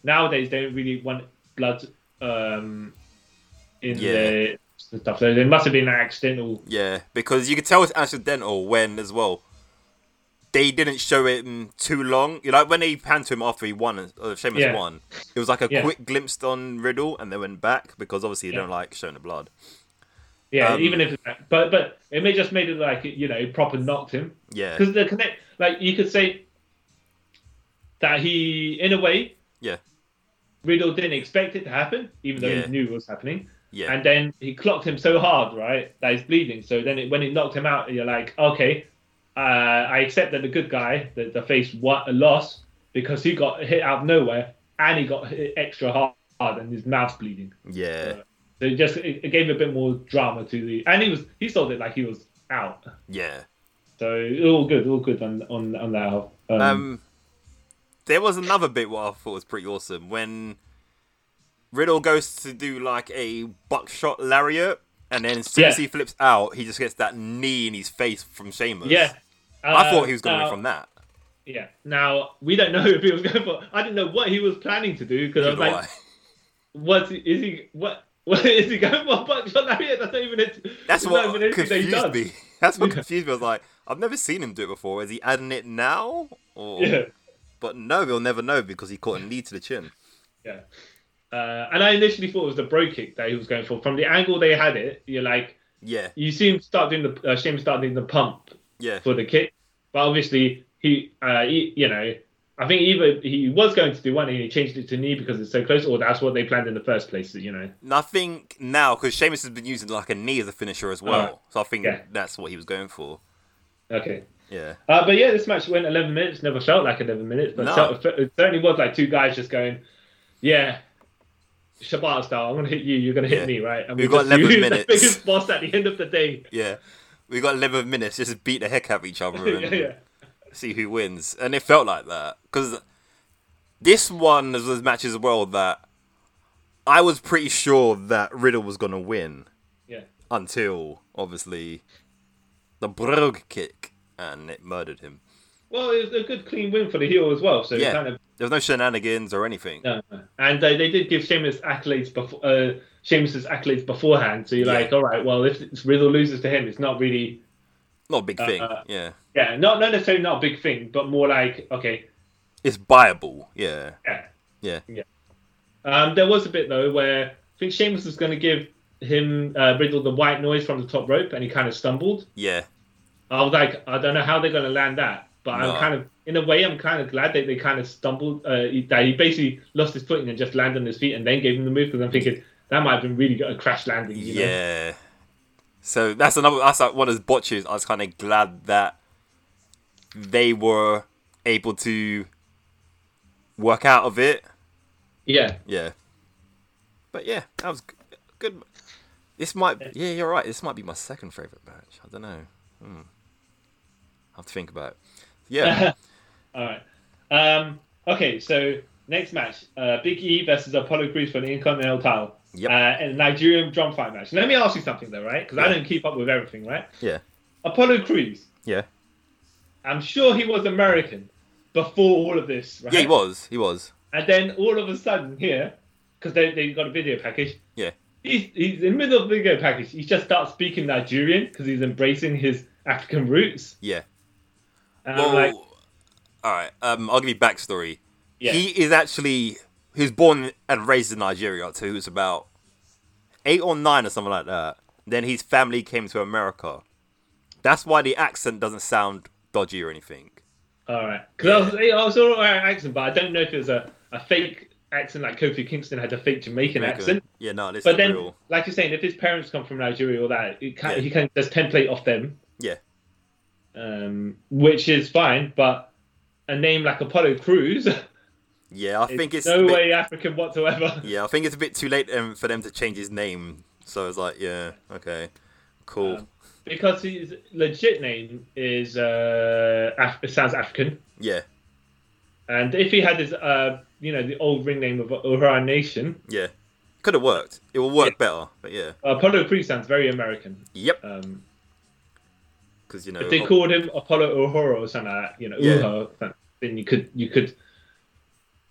[SPEAKER 2] nowadays they don't really want blood um in
[SPEAKER 1] Yeah.
[SPEAKER 2] their stuff. So there must have been an accidental.
[SPEAKER 1] Yeah, because you could tell it's accidental when, as well, they didn't show it mm, too long. You know, like when they panned to him after he won, uh, Sheamus
[SPEAKER 2] Yeah.
[SPEAKER 1] won, it was like a
[SPEAKER 2] Yeah.
[SPEAKER 1] quick glimpse on Riddle and they went back because obviously they don't like showing the blood.
[SPEAKER 2] Yeah,
[SPEAKER 1] Um,
[SPEAKER 2] even if, but but it may just made it like you know proper knocked him
[SPEAKER 1] Yeah.
[SPEAKER 2] because the connect like you could say that he in a way
[SPEAKER 1] Yeah.
[SPEAKER 2] Riddle didn't expect it to happen even though
[SPEAKER 1] Yeah.
[SPEAKER 2] he knew it was happening
[SPEAKER 1] Yeah.
[SPEAKER 2] and then he clocked him so hard right that he's bleeding so then it, when it knocked him out you're like okay uh, I accept that the good guy that the face what a loss because he got hit out of nowhere and he got hit extra hard and uh, his mouth's bleeding
[SPEAKER 1] yeah.
[SPEAKER 2] so it just it, it gave a bit more drama to the and he was he sold it like he was out.
[SPEAKER 1] Yeah.
[SPEAKER 2] So all good, all good on on on that. Um,
[SPEAKER 1] Um, there was another bit what I thought was pretty awesome when Riddle goes to do like a buckshot lariat, and then as soon as
[SPEAKER 2] Yeah.
[SPEAKER 1] he flips out, he just gets that knee in his face from Sheamus.
[SPEAKER 2] yeah,
[SPEAKER 1] I
[SPEAKER 2] Uh,
[SPEAKER 1] thought he was going to
[SPEAKER 2] now,
[SPEAKER 1] win from that.
[SPEAKER 2] Yeah. Now we don't know if he was going for. I didn't know what he was planning to do because I was
[SPEAKER 1] Neither do
[SPEAKER 2] like,
[SPEAKER 1] I.
[SPEAKER 2] "What's he, is he what?" What is he going for? But John Lariat, that's not even it.
[SPEAKER 1] That's
[SPEAKER 2] it's not
[SPEAKER 1] what
[SPEAKER 2] even anything that he
[SPEAKER 1] confused
[SPEAKER 2] does.
[SPEAKER 1] me. That's what
[SPEAKER 2] Yeah.
[SPEAKER 1] confused me. I was like, I've never seen him do it before. Is he adding it now? Or...
[SPEAKER 2] Yeah,
[SPEAKER 1] But no, we'll never know because he caught a knee to the chin.
[SPEAKER 2] yeah. Uh, and I initially thought it was the bro kick that he was going for. From the angle they had it, you're like,
[SPEAKER 1] Yeah,
[SPEAKER 2] you see him start doing the uh, Shane start doing the pump
[SPEAKER 1] yeah,
[SPEAKER 2] for the kick. But obviously, he, uh, he, you know, I think either he was going to do one and he changed it to knee because it's so close, or that's what they planned in the first place. You know,
[SPEAKER 1] And I think now because Sheamus has been using like a knee as a finisher as well, so I think
[SPEAKER 2] Oh, yeah.
[SPEAKER 1] that's what he was going for.
[SPEAKER 2] okay.
[SPEAKER 1] Yeah,
[SPEAKER 2] Uh, but yeah, this match went 11 minutes. Never felt like 11 minutes, but
[SPEAKER 1] No.
[SPEAKER 2] felt- it certainly was like two guys just going, "Yeah, Shabbat style. I'm gonna hit you. You're gonna hit
[SPEAKER 1] Yeah.
[SPEAKER 2] me, right?" And
[SPEAKER 1] We've got
[SPEAKER 2] just
[SPEAKER 1] 11
[SPEAKER 2] used
[SPEAKER 1] minutes.
[SPEAKER 2] The biggest boss at the end of the day.
[SPEAKER 1] yeah. We got 11 minutes just to beat the heck out of each other
[SPEAKER 2] yeah,
[SPEAKER 1] and
[SPEAKER 2] yeah,
[SPEAKER 1] see who wins, and it felt like that because this one was a match as well that I was pretty sure that Riddle was gonna win.
[SPEAKER 2] yeah.
[SPEAKER 1] until obviously the Brug kick and it murdered him.
[SPEAKER 2] Well, it was a good clean win for the heel as well. So
[SPEAKER 1] Yeah.
[SPEAKER 2] kind of
[SPEAKER 1] There was no shenanigans or anything.
[SPEAKER 2] No, no. Uh, and they, they did give Sheamus accolades before uh, Sheamus's accolades beforehand. So you're
[SPEAKER 1] Yeah.
[SPEAKER 2] like, all right, well, if it's Riddle loses to him, it's not really,
[SPEAKER 1] Not a big thing.
[SPEAKER 2] uh,
[SPEAKER 1] yeah,
[SPEAKER 2] yeah, not not necessarily not a big thing, but more like, okay,
[SPEAKER 1] it's buyable. Yeah,
[SPEAKER 2] yeah.
[SPEAKER 1] yeah,
[SPEAKER 2] Um, there was a bit though where I think Sheamus was going to give him uh, Riddle the white noise from the top rope, and he kind of stumbled.
[SPEAKER 1] yeah,
[SPEAKER 2] I was like, I don't know how they're going to land that, but
[SPEAKER 1] No.
[SPEAKER 2] I'm kind of, in a way, I'm kind of glad that they kind of stumbled. Uh, he- that he basically lost his footing and just landed on his feet, and then gave him the move because I'm thinking that might have been really a crash landing. You know?
[SPEAKER 1] yeah. So that's another. That's like one of those botches. I was kind of glad that they were able to work out of it.
[SPEAKER 2] Yeah.
[SPEAKER 1] Yeah. But yeah, that was g- good. This might, yeah, you're right. This might be my second favorite match. I don't know. Hmm. I have to think about it. Yeah,
[SPEAKER 2] All right. Um, okay, so next match uh, Big E versus Apollo Crews for the Intercontinental title.
[SPEAKER 1] Yep.
[SPEAKER 2] Uh, and Nigerian drum fight match. Let me ask you something, though, right? Because I
[SPEAKER 1] Yeah.
[SPEAKER 2] don't keep up with everything, right?
[SPEAKER 1] yeah,
[SPEAKER 2] Apollo Crews,
[SPEAKER 1] yeah.
[SPEAKER 2] I'm sure he was American before all of this, right?
[SPEAKER 1] Yeah, he was. He was.
[SPEAKER 2] And then all of a sudden, here, because they, they got a video package,
[SPEAKER 1] Yeah,
[SPEAKER 2] he's, he's in the middle of the video package. He just starts speaking Nigerian because he's embracing his African roots.
[SPEAKER 1] yeah.
[SPEAKER 2] And
[SPEAKER 1] Well,
[SPEAKER 2] I'm like,
[SPEAKER 1] all right. Um, I'll give you backstory.
[SPEAKER 2] yeah.
[SPEAKER 1] He is actually he was born and raised in Nigeria. So he was about eight or nine or something like that. Then his family came to America. That's why the accent doesn't sound dodgy or anything.
[SPEAKER 2] All right, because I was all right accent, but I don't know if it was a, a fake accent like Kofi Kingston had a fake Jamaican
[SPEAKER 1] America.
[SPEAKER 2] accent.
[SPEAKER 1] Yeah, no, this
[SPEAKER 2] But
[SPEAKER 1] is
[SPEAKER 2] then,
[SPEAKER 1] real.
[SPEAKER 2] like you're saying, if his parents come from Nigeria or that, it can,
[SPEAKER 1] Yeah.
[SPEAKER 2] he can just template off them,
[SPEAKER 1] Yeah.
[SPEAKER 2] um, which is fine. But a name like Apollo Crews,
[SPEAKER 1] Yeah, I think it's
[SPEAKER 2] no
[SPEAKER 1] a bit-
[SPEAKER 2] way African whatsoever.
[SPEAKER 1] Yeah, I think it's a bit too late um, for them to change his name. So it's like, yeah, okay, cool.
[SPEAKER 2] Um, because his legit name is uh, Af- it sounds African,
[SPEAKER 1] yeah,
[SPEAKER 2] and if he had his uh, you know the old ring name of Oran Nation,
[SPEAKER 1] yeah, could have worked. It will work better, but yeah,
[SPEAKER 2] Apollo Crews sounds very American.
[SPEAKER 1] yep.
[SPEAKER 2] Um,
[SPEAKER 1] Because you know,
[SPEAKER 2] If they
[SPEAKER 1] oh,
[SPEAKER 2] called him Apollo Uhura or something like that, you know,
[SPEAKER 1] Yeah.
[SPEAKER 2] Uhura, then you could you could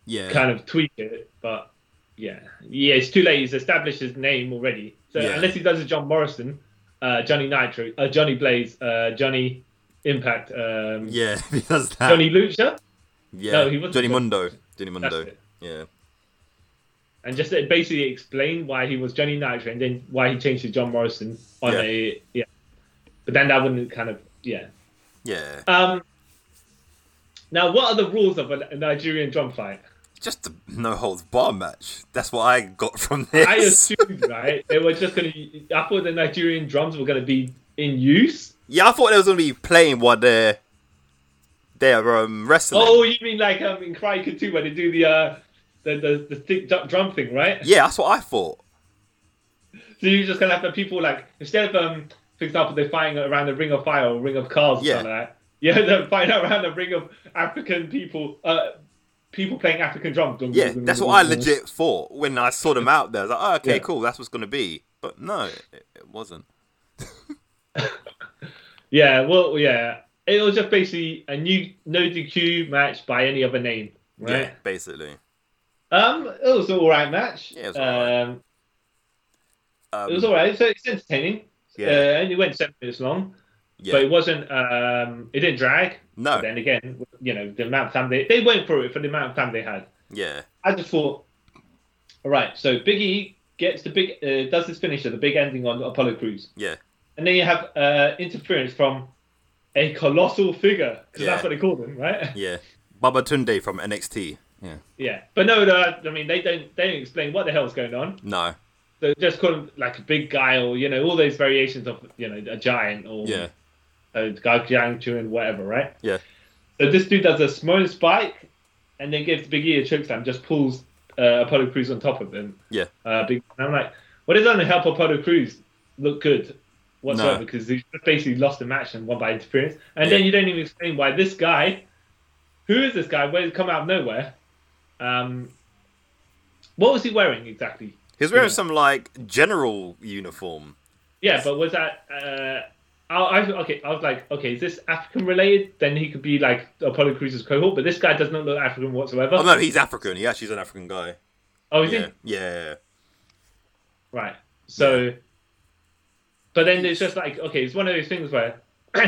[SPEAKER 1] yeah,
[SPEAKER 2] kind of tweak it. But yeah, yeah, it's too late. He's established his name already. So
[SPEAKER 1] Yeah.
[SPEAKER 2] unless he does a John Morrison, uh, Johnny Nitro, uh, Johnny Blaze, uh, Johnny Impact, um,
[SPEAKER 1] yeah, because that.
[SPEAKER 2] Johnny Lucha.
[SPEAKER 1] yeah,
[SPEAKER 2] no, he wasn't
[SPEAKER 1] Johnny
[SPEAKER 2] Johnny-
[SPEAKER 1] Mundo, Johnny Mundo.
[SPEAKER 2] it.
[SPEAKER 1] Yeah,
[SPEAKER 2] and just it basically explained why he was Johnny Nitro and then why he changed to John Morrison on
[SPEAKER 1] Yeah.
[SPEAKER 2] a yeah. But then that wouldn't kind of yeah.
[SPEAKER 1] Yeah.
[SPEAKER 2] Um, now, what are the rules of a Nigerian drum fight?
[SPEAKER 1] Just a no holds bar match. That's what I got from
[SPEAKER 2] I
[SPEAKER 1] this.
[SPEAKER 2] assumed, right? They were just gonna. I thought the Nigerian drums were gonna be in use.
[SPEAKER 1] yeah, I thought they was gonna be playing while they're they're um, wrestling.
[SPEAKER 2] Oh, you mean like um, in Crying too, where they do the uh, the the, the thick du- drum thing, right?
[SPEAKER 1] Yeah, that's what I thought.
[SPEAKER 2] So you're just gonna have the people like instead of um, for example, they're fighting around the ring of fire or ring of cars,
[SPEAKER 1] Yeah.
[SPEAKER 2] yeah, like that. yeah, they're fighting around the ring of African people, uh, people playing African drums.
[SPEAKER 1] Yeah, that's what I legit thought when I saw them out there. I was like, oh, okay,
[SPEAKER 2] Yeah.
[SPEAKER 1] cool, that's what's gonna be. But no, it, it wasn't.
[SPEAKER 2] Yeah, well, yeah, it was just basically a new no DQ match by any other name, right?
[SPEAKER 1] Yeah, basically.
[SPEAKER 2] Um, it was an alright match.
[SPEAKER 1] Yeah, it was
[SPEAKER 2] um,
[SPEAKER 1] alright. Um,
[SPEAKER 2] it was alright. So it's entertaining.
[SPEAKER 1] Yeah.
[SPEAKER 2] Uh, it only went seven minutes long,
[SPEAKER 1] yeah. Oh.
[SPEAKER 2] but it wasn't. Um, it didn't drag.
[SPEAKER 1] no,
[SPEAKER 2] But then again, you know the amount of time they they went through it for the amount of time they had.
[SPEAKER 1] yeah,
[SPEAKER 2] I just thought, all right, so Big E gets the big uh, does his finisher, the big ending on Apollo Crews,
[SPEAKER 1] yeah,
[SPEAKER 2] and then you have uh, interference from a colossal figure because
[SPEAKER 1] Yeah.
[SPEAKER 2] that's what they call them, right?
[SPEAKER 1] yeah. Baba Tunde from NXT. Yeah.
[SPEAKER 2] yeah, but no, no, I mean they don't they don't explain what the hell's going on.
[SPEAKER 1] No.
[SPEAKER 2] they just call him like a big guy or you know all those variations of you know a giant or
[SPEAKER 1] Yeah.
[SPEAKER 2] a gargantuan and whatever right
[SPEAKER 1] Yeah.
[SPEAKER 2] so this dude does a small spike and then gives big e a choke slam just pulls uh, apollo Crews on top of him
[SPEAKER 1] Yeah.
[SPEAKER 2] uh, big, and i'm like well it doesn't help apollo Crews look good whatsoever
[SPEAKER 1] No.
[SPEAKER 2] because he just basically lost the match and won by interference and
[SPEAKER 1] Yeah.
[SPEAKER 2] then you don't even explain why this guy who is this guy where did he come out of nowhere um what was he wearing exactly
[SPEAKER 1] He was wearing
[SPEAKER 2] Yeah.
[SPEAKER 1] some like general uniform.
[SPEAKER 2] Yeah, but was that? Uh, I, I okay. I was like, okay, is this African related? Then he could be like Apollo Crews' cohort, but this guy does not look African whatsoever.
[SPEAKER 1] Oh no, he's African. He actually's an African guy.
[SPEAKER 2] oh, is
[SPEAKER 1] Yeah,
[SPEAKER 2] he?
[SPEAKER 1] yeah,
[SPEAKER 2] Right. So, but then it's just like, okay, it's one of those things where we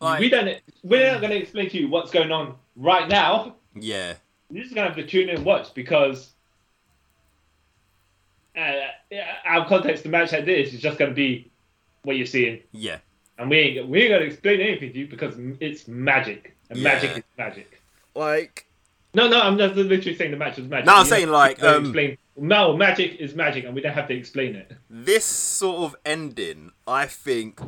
[SPEAKER 1] like,
[SPEAKER 2] don't, we're not going to explain to you what's going on right now.
[SPEAKER 1] yeah,
[SPEAKER 2] You're just going to have to tune in and watch because. Uh, yeah, our context to match like this is just going to be what you're seeing
[SPEAKER 1] yeah,
[SPEAKER 2] and we ain't, we ain't gonna explain anything to you because m- it's magic, and
[SPEAKER 1] Yeah.
[SPEAKER 2] magic is magic.
[SPEAKER 1] like
[SPEAKER 2] No, no, I'm not literally saying the match was magic.
[SPEAKER 1] No, I'm
[SPEAKER 2] You
[SPEAKER 1] saying,
[SPEAKER 2] don't
[SPEAKER 1] like,
[SPEAKER 2] have to
[SPEAKER 1] um,
[SPEAKER 2] explain. No, magic is magic, and we don't have to explain it.
[SPEAKER 1] this sort of ending, I think,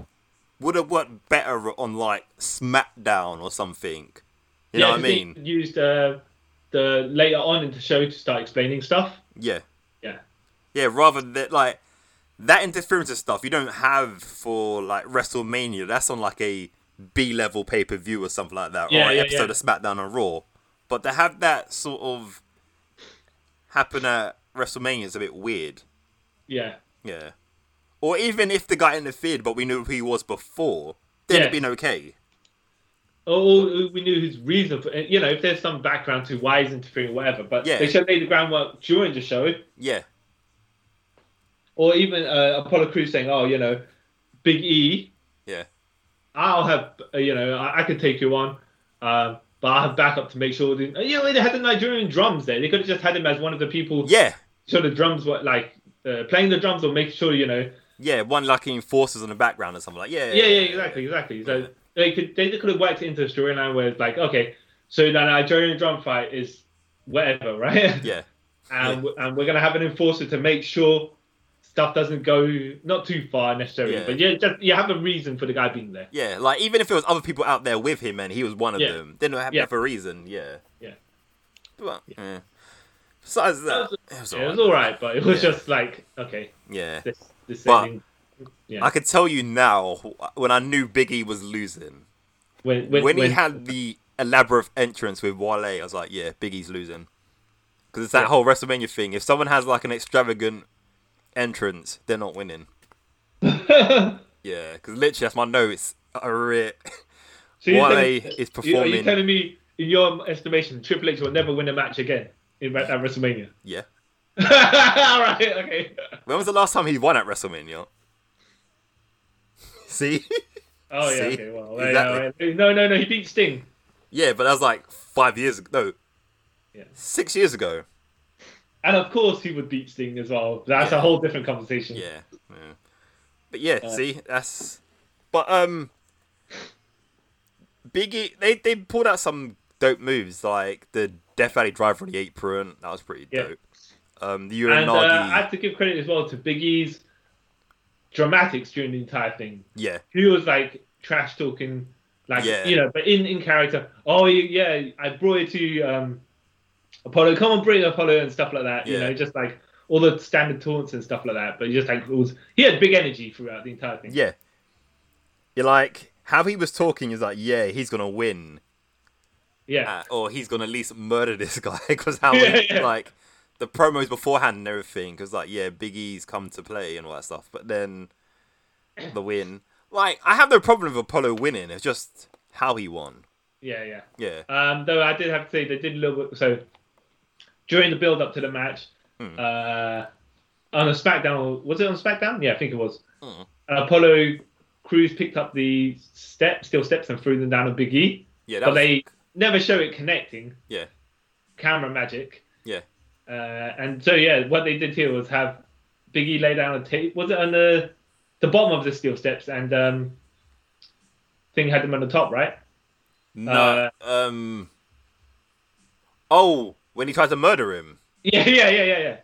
[SPEAKER 1] would have worked better on like SmackDown or something. You know what I
[SPEAKER 2] 'cause they
[SPEAKER 1] mean?
[SPEAKER 2] Used uh, the later on in the show to start explaining stuff.
[SPEAKER 1] Yeah,
[SPEAKER 2] Yeah,
[SPEAKER 1] yeah. Rather than like that interference and stuff, you don't have for like WrestleMania. That's on like a B level pay per view or something like that,
[SPEAKER 2] Yeah,
[SPEAKER 1] or an
[SPEAKER 2] yeah,
[SPEAKER 1] episode
[SPEAKER 2] yeah.
[SPEAKER 1] of SmackDown and Raw. But to have that sort of happen at WrestleMania is a bit weird.
[SPEAKER 2] yeah,
[SPEAKER 1] Yeah. Or even if the guy interfered, but we knew who he was before, then it'd
[SPEAKER 2] Yeah.
[SPEAKER 1] been okay.
[SPEAKER 2] Oh, we knew his reason for you know if there's some background to why he's interfering, whatever. But
[SPEAKER 1] Yeah.
[SPEAKER 2] they should have laid the groundwork during the show,
[SPEAKER 1] Yeah.
[SPEAKER 2] or even uh, Apollo Crews saying, "Oh, you know, Big E
[SPEAKER 1] Yeah.
[SPEAKER 2] I'll have, uh, you know, I, I could take you on, um, but I'll have backup to make sure. That, you know, they had the Nigerian drums there. They could have just had him as one of the people,
[SPEAKER 1] Yeah.
[SPEAKER 2] so the drums were like uh, playing the drums or making sure, you know.
[SPEAKER 1] Yeah. One like enforcers in the background or something like yeah.
[SPEAKER 2] Yeah, yeah, exactly, exactly. So they could they could have worked it into a storyline where it's like, okay, so the Nigerian drum fight is whatever, right?
[SPEAKER 1] Yeah.
[SPEAKER 2] and we- and we're gonna have an enforcer to make sure stuff doesn't go not too far necessarily,
[SPEAKER 1] Yeah.
[SPEAKER 2] but yeah, just you have a reason for the guy being there.
[SPEAKER 1] Yeah. Like even if there was other people out there with him and he was one of
[SPEAKER 2] Yeah.
[SPEAKER 1] them, then it happened
[SPEAKER 2] Yeah.
[SPEAKER 1] for a reason. Yeah.
[SPEAKER 2] Yeah.
[SPEAKER 1] But, yeah. Besides that,
[SPEAKER 2] was-
[SPEAKER 1] it was
[SPEAKER 2] Yeah, it
[SPEAKER 1] alright.
[SPEAKER 2] was all right, but it was
[SPEAKER 1] Yeah.
[SPEAKER 2] just like, okay,
[SPEAKER 1] Yeah.
[SPEAKER 2] this this
[SPEAKER 1] But-
[SPEAKER 2] ending. Yeah.
[SPEAKER 1] I could tell you now when I knew Biggie was losing.
[SPEAKER 2] when
[SPEAKER 1] When, he had the elaborate entrance with Wale, I was like, yeah, Biggie's losing. Because it's that
[SPEAKER 2] Yeah.
[SPEAKER 1] whole WrestleMania thing. If someone has like an extravagant entrance, they're not winning. Yeah, because literally that's my notes. Are it.
[SPEAKER 2] so you're
[SPEAKER 1] Wale
[SPEAKER 2] telling-
[SPEAKER 1] is
[SPEAKER 2] you- Are
[SPEAKER 1] performing-
[SPEAKER 2] you telling me, in your estimation, Triple H will never win a match again in at WrestleMania?
[SPEAKER 1] Yeah.
[SPEAKER 2] all right, okay.
[SPEAKER 1] When was the last time he won at WrestleMania? See?
[SPEAKER 2] Oh yeah,
[SPEAKER 1] See?
[SPEAKER 2] okay. Well, yeah,
[SPEAKER 1] Exactly.
[SPEAKER 2] yeah, no, no, no. He beat Sting.
[SPEAKER 1] yeah, but that was like five years ago. No.
[SPEAKER 2] Yeah.
[SPEAKER 1] Six years ago.
[SPEAKER 2] And of course, he would beat Sting as well. That's a
[SPEAKER 1] Yeah.
[SPEAKER 2] whole different conversation.
[SPEAKER 1] Yeah, yeah. But yeah,
[SPEAKER 2] Uh,
[SPEAKER 1] see, that's. But um, Biggie, they they pulled out some dope moves like the Death Valley Driver on the apron. That was pretty
[SPEAKER 2] Yeah.
[SPEAKER 1] dope. Um, the
[SPEAKER 2] And uh, I
[SPEAKER 1] Uranagi,
[SPEAKER 2] have to give credit as well to Biggie's dramatics during the entire thing.
[SPEAKER 1] yeah,
[SPEAKER 2] He was like trash talking, like
[SPEAKER 1] Yeah.
[SPEAKER 2] you know, but in in character. Oh yeah, yeah, I brought it to um, Apollo. Come on, bring Apollo and stuff like that. You
[SPEAKER 1] Yeah.
[SPEAKER 2] know, just like all the standard taunts and stuff like that. But he just like it was, he had big energy throughout the entire thing.
[SPEAKER 1] yeah. You're like how he was talking is like, yeah, he's gonna win,
[SPEAKER 2] yeah.
[SPEAKER 1] uh, or he's gonna at least murder this guy. Because how
[SPEAKER 2] Yeah,
[SPEAKER 1] it-
[SPEAKER 2] yeah.
[SPEAKER 1] like the promos beforehand and everything. Because like, yeah, Biggie's come to play and all that stuff. But then the win, like I have no problem with Apollo winning. It's just how he won.
[SPEAKER 2] yeah, yeah.
[SPEAKER 1] Yeah,
[SPEAKER 2] Um, though I did have to say they did a little bit. So during the build up to the match,
[SPEAKER 1] Hmm.
[SPEAKER 2] uh, on a SmackDown, was it on SmackDown? Yeah, I think it was.
[SPEAKER 1] Hmm.
[SPEAKER 2] Apollo Cruz picked up the step, steel steps, and threw them down on Big E,
[SPEAKER 1] yeah. That
[SPEAKER 2] but
[SPEAKER 1] was,
[SPEAKER 2] they never show it connecting.
[SPEAKER 1] Yeah.
[SPEAKER 2] Camera magic.
[SPEAKER 1] Yeah.
[SPEAKER 2] Uh, and so yeah, what they did here was have Big E lay down a tape. Was it on the the bottom of the steel steps and um, thing had them on the top, right?
[SPEAKER 1] no. um. Oh, when he tried to murder him.
[SPEAKER 2] Yeah, yeah, yeah, yeah, yeah.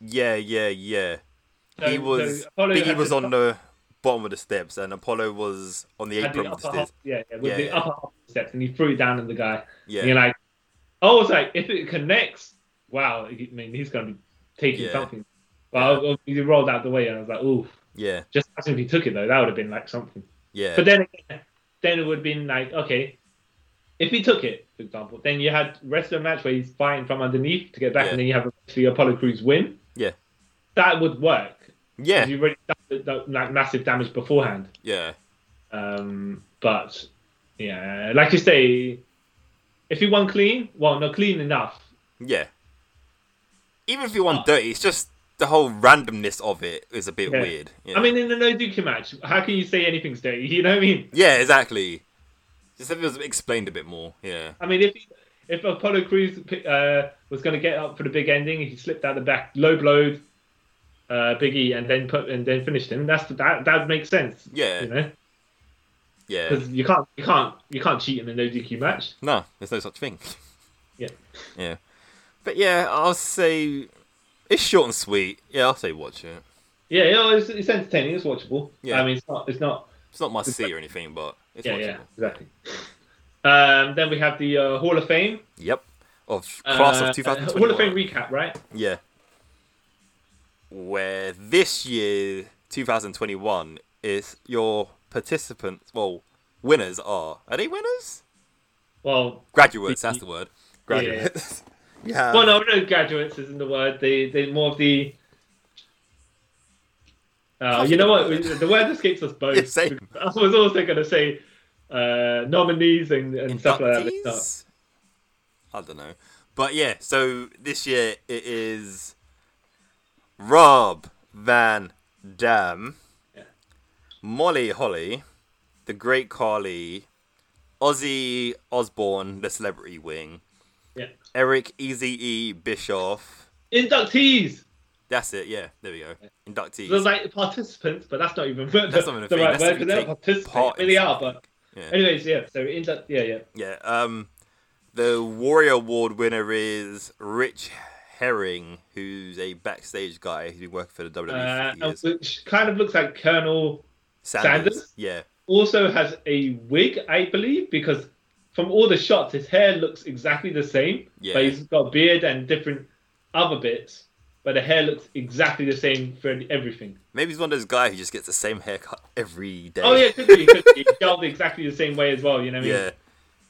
[SPEAKER 1] Yeah, yeah, yeah.
[SPEAKER 2] So-
[SPEAKER 1] he
[SPEAKER 2] so
[SPEAKER 1] was
[SPEAKER 2] Apollo
[SPEAKER 1] Biggie
[SPEAKER 2] had
[SPEAKER 1] was
[SPEAKER 2] the
[SPEAKER 1] on the bottom of the steps, and Apollo was on the
[SPEAKER 2] had the
[SPEAKER 1] apron. of
[SPEAKER 2] upper
[SPEAKER 1] the
[SPEAKER 2] half,
[SPEAKER 1] stairs.
[SPEAKER 2] yeah, yeah, with
[SPEAKER 1] Yeah,
[SPEAKER 2] the
[SPEAKER 1] yeah.
[SPEAKER 2] upper half steps, and he threw it down on the guy. And
[SPEAKER 1] Yeah,
[SPEAKER 2] you're like, I was like, if it connects, wow. I mean, he's gonna be taking
[SPEAKER 1] Yeah.
[SPEAKER 2] something. But I- I- he rolled out the way, and I was like, ooh,
[SPEAKER 1] yeah,
[SPEAKER 2] just imagine if he took it though, that would have been like something.
[SPEAKER 1] yeah,
[SPEAKER 2] But then, again, then it would have been like, okay, if he took it, for example, then you had rest of the match where he's fighting from underneath to get back,
[SPEAKER 1] Yeah.
[SPEAKER 2] and then you have the Apollo Crews win.
[SPEAKER 1] Yeah.
[SPEAKER 2] that would work. 'cause
[SPEAKER 1] yeah,
[SPEAKER 2] You've already done the- the- like massive damage beforehand.
[SPEAKER 1] yeah,
[SPEAKER 2] Um, but yeah, like you say, if he won clean, well, not clean enough.
[SPEAKER 1] yeah. Even if you want dirty, it's just the whole randomness of it is a bit
[SPEAKER 2] Yeah.
[SPEAKER 1] weird. Yeah.
[SPEAKER 2] I mean, in the no Duki match, how can you say anything's dirty? You know what I mean?
[SPEAKER 1] yeah, exactly. Just if it was explained a bit more. Yeah,
[SPEAKER 2] I mean, if he, if Apollo Crews uh, was going to get up for the big ending, he slipped out the back, low blowed uh, Big E, and then put and then finished him. That's that that makes sense.
[SPEAKER 1] Yeah.
[SPEAKER 2] you know,
[SPEAKER 1] yeah.
[SPEAKER 2] because you can't you can't you can't cheat in a no Duki match.
[SPEAKER 1] No, there's no such thing.
[SPEAKER 2] Yeah.
[SPEAKER 1] Yeah. But yeah, I'll say it's short and sweet. Yeah, I'll say watch it.
[SPEAKER 2] Yeah, yeah, it's, it's entertaining. It's watchable.
[SPEAKER 1] Yeah.
[SPEAKER 2] I mean, it's not it's not
[SPEAKER 1] It's not my C or anything, but it's
[SPEAKER 2] yeah,
[SPEAKER 1] watchable.
[SPEAKER 2] yeah, exactly. Um, then we have the uh, Hall of Fame.
[SPEAKER 1] Yep. Of class
[SPEAKER 2] Uh,
[SPEAKER 1] of 2021.
[SPEAKER 2] Hall of Fame recap, right?
[SPEAKER 1] yeah. Where this year, 2021, is your participants, well, winners are. Are they winners?
[SPEAKER 2] Well,
[SPEAKER 1] Graduates, that's the word.
[SPEAKER 2] Yeah.
[SPEAKER 1] Graduates. Yeah.
[SPEAKER 2] well, no, no, graduates isn't the word. They, they more of the. Uh,
[SPEAKER 1] That's
[SPEAKER 2] you know
[SPEAKER 1] the
[SPEAKER 2] what?
[SPEAKER 1] word.
[SPEAKER 2] The word escapes us both.
[SPEAKER 1] Same.
[SPEAKER 2] I was also going to say uh, nominees and, and uh, stuff like that. but it's
[SPEAKER 1] Inductees? I don't know. But yeah, so this year it is Rob Van Dam,
[SPEAKER 2] Yeah.
[SPEAKER 1] Molly Holly, the Great Carly, Ozzy Osbourne, the Celebrity Wing,
[SPEAKER 2] Yeah.
[SPEAKER 1] Eric Easy E Bischoff.
[SPEAKER 2] not. Inductees!
[SPEAKER 1] That's it. Yeah, there we go. Inductees.
[SPEAKER 2] There's like participants, but that's not even the,
[SPEAKER 1] That's not even a
[SPEAKER 2] the
[SPEAKER 1] thing.
[SPEAKER 2] right
[SPEAKER 1] That's
[SPEAKER 2] word
[SPEAKER 1] if you
[SPEAKER 2] because they're not
[SPEAKER 1] take
[SPEAKER 2] participating.
[SPEAKER 1] part in
[SPEAKER 2] Well, they are, but.
[SPEAKER 1] Yeah.
[SPEAKER 2] Anyways, yeah, so induct. Yeah, yeah.
[SPEAKER 1] Yeah. Um, the Warrior Award winner is Rich Herring, who's a backstage guy who's been working for the WWE
[SPEAKER 2] Uh,
[SPEAKER 1] for
[SPEAKER 2] and
[SPEAKER 1] years.
[SPEAKER 2] which kind of looks like Colonel Sanders?
[SPEAKER 1] Yeah.
[SPEAKER 2] also has a wig, I believe, because from all the shots, his hair looks exactly the same.
[SPEAKER 1] Yeah.
[SPEAKER 2] But he's got a beard and different other bits, but the hair looks exactly the same for everything.
[SPEAKER 1] Maybe he's one of those guys who just gets the same haircut every day.
[SPEAKER 2] Oh yeah, it could be, it could be. He felt exactly the same way as well. You know what I mean?
[SPEAKER 1] Yeah.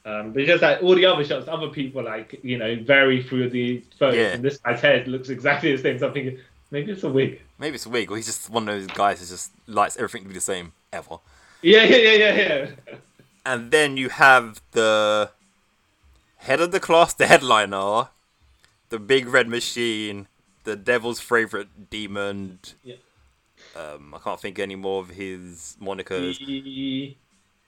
[SPEAKER 2] Um, but just like all the other shots, other people like you know vary through the photos,
[SPEAKER 1] Yeah.
[SPEAKER 2] and this guy's hair looks exactly the same. So I'm thinking maybe it's a wig.
[SPEAKER 1] Maybe it's a wig, or he's just one of those guys who just likes everything to be the same ever.
[SPEAKER 2] Yeah, yeah, yeah, yeah, yeah.
[SPEAKER 1] And then you have the head of the class, the headliner, the big red machine, the devil's favorite demon.
[SPEAKER 2] Yeah.
[SPEAKER 1] Um, I can't think any more of his monikers.
[SPEAKER 2] The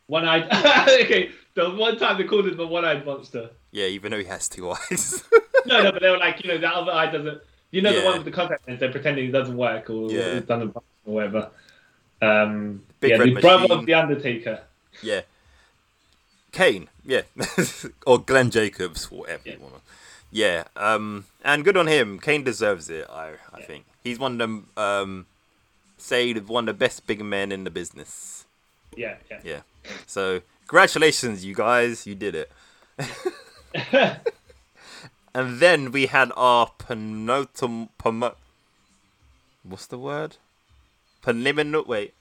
[SPEAKER 2] one-eyed. okay, the one time they called him the one-eyed monster.
[SPEAKER 1] Yeah, even though he has two eyes.
[SPEAKER 2] No, no, but they were like, you know, that other eye doesn't. You know the
[SPEAKER 1] Yeah.
[SPEAKER 2] one with the contact lens, they're pretending it doesn't work or
[SPEAKER 1] Yeah.
[SPEAKER 2] it doesn't function or whatever. Um,
[SPEAKER 1] Big
[SPEAKER 2] yeah,
[SPEAKER 1] Red
[SPEAKER 2] the brother
[SPEAKER 1] Machine.
[SPEAKER 2] of the Undertaker.
[SPEAKER 1] Yeah. Kane, yeah. or Glenn Jacobs, whatever you
[SPEAKER 2] Yeah.
[SPEAKER 1] want. Yeah. Um and good on him. Kane deserves it, I I
[SPEAKER 2] Yeah.
[SPEAKER 1] think. He's one of them um say one of the best big men in the business.
[SPEAKER 2] Yeah, yeah.
[SPEAKER 1] Yeah. So congratulations you guys, you did it. and then we had our penultim pomo- what's the word? Preliminary wait.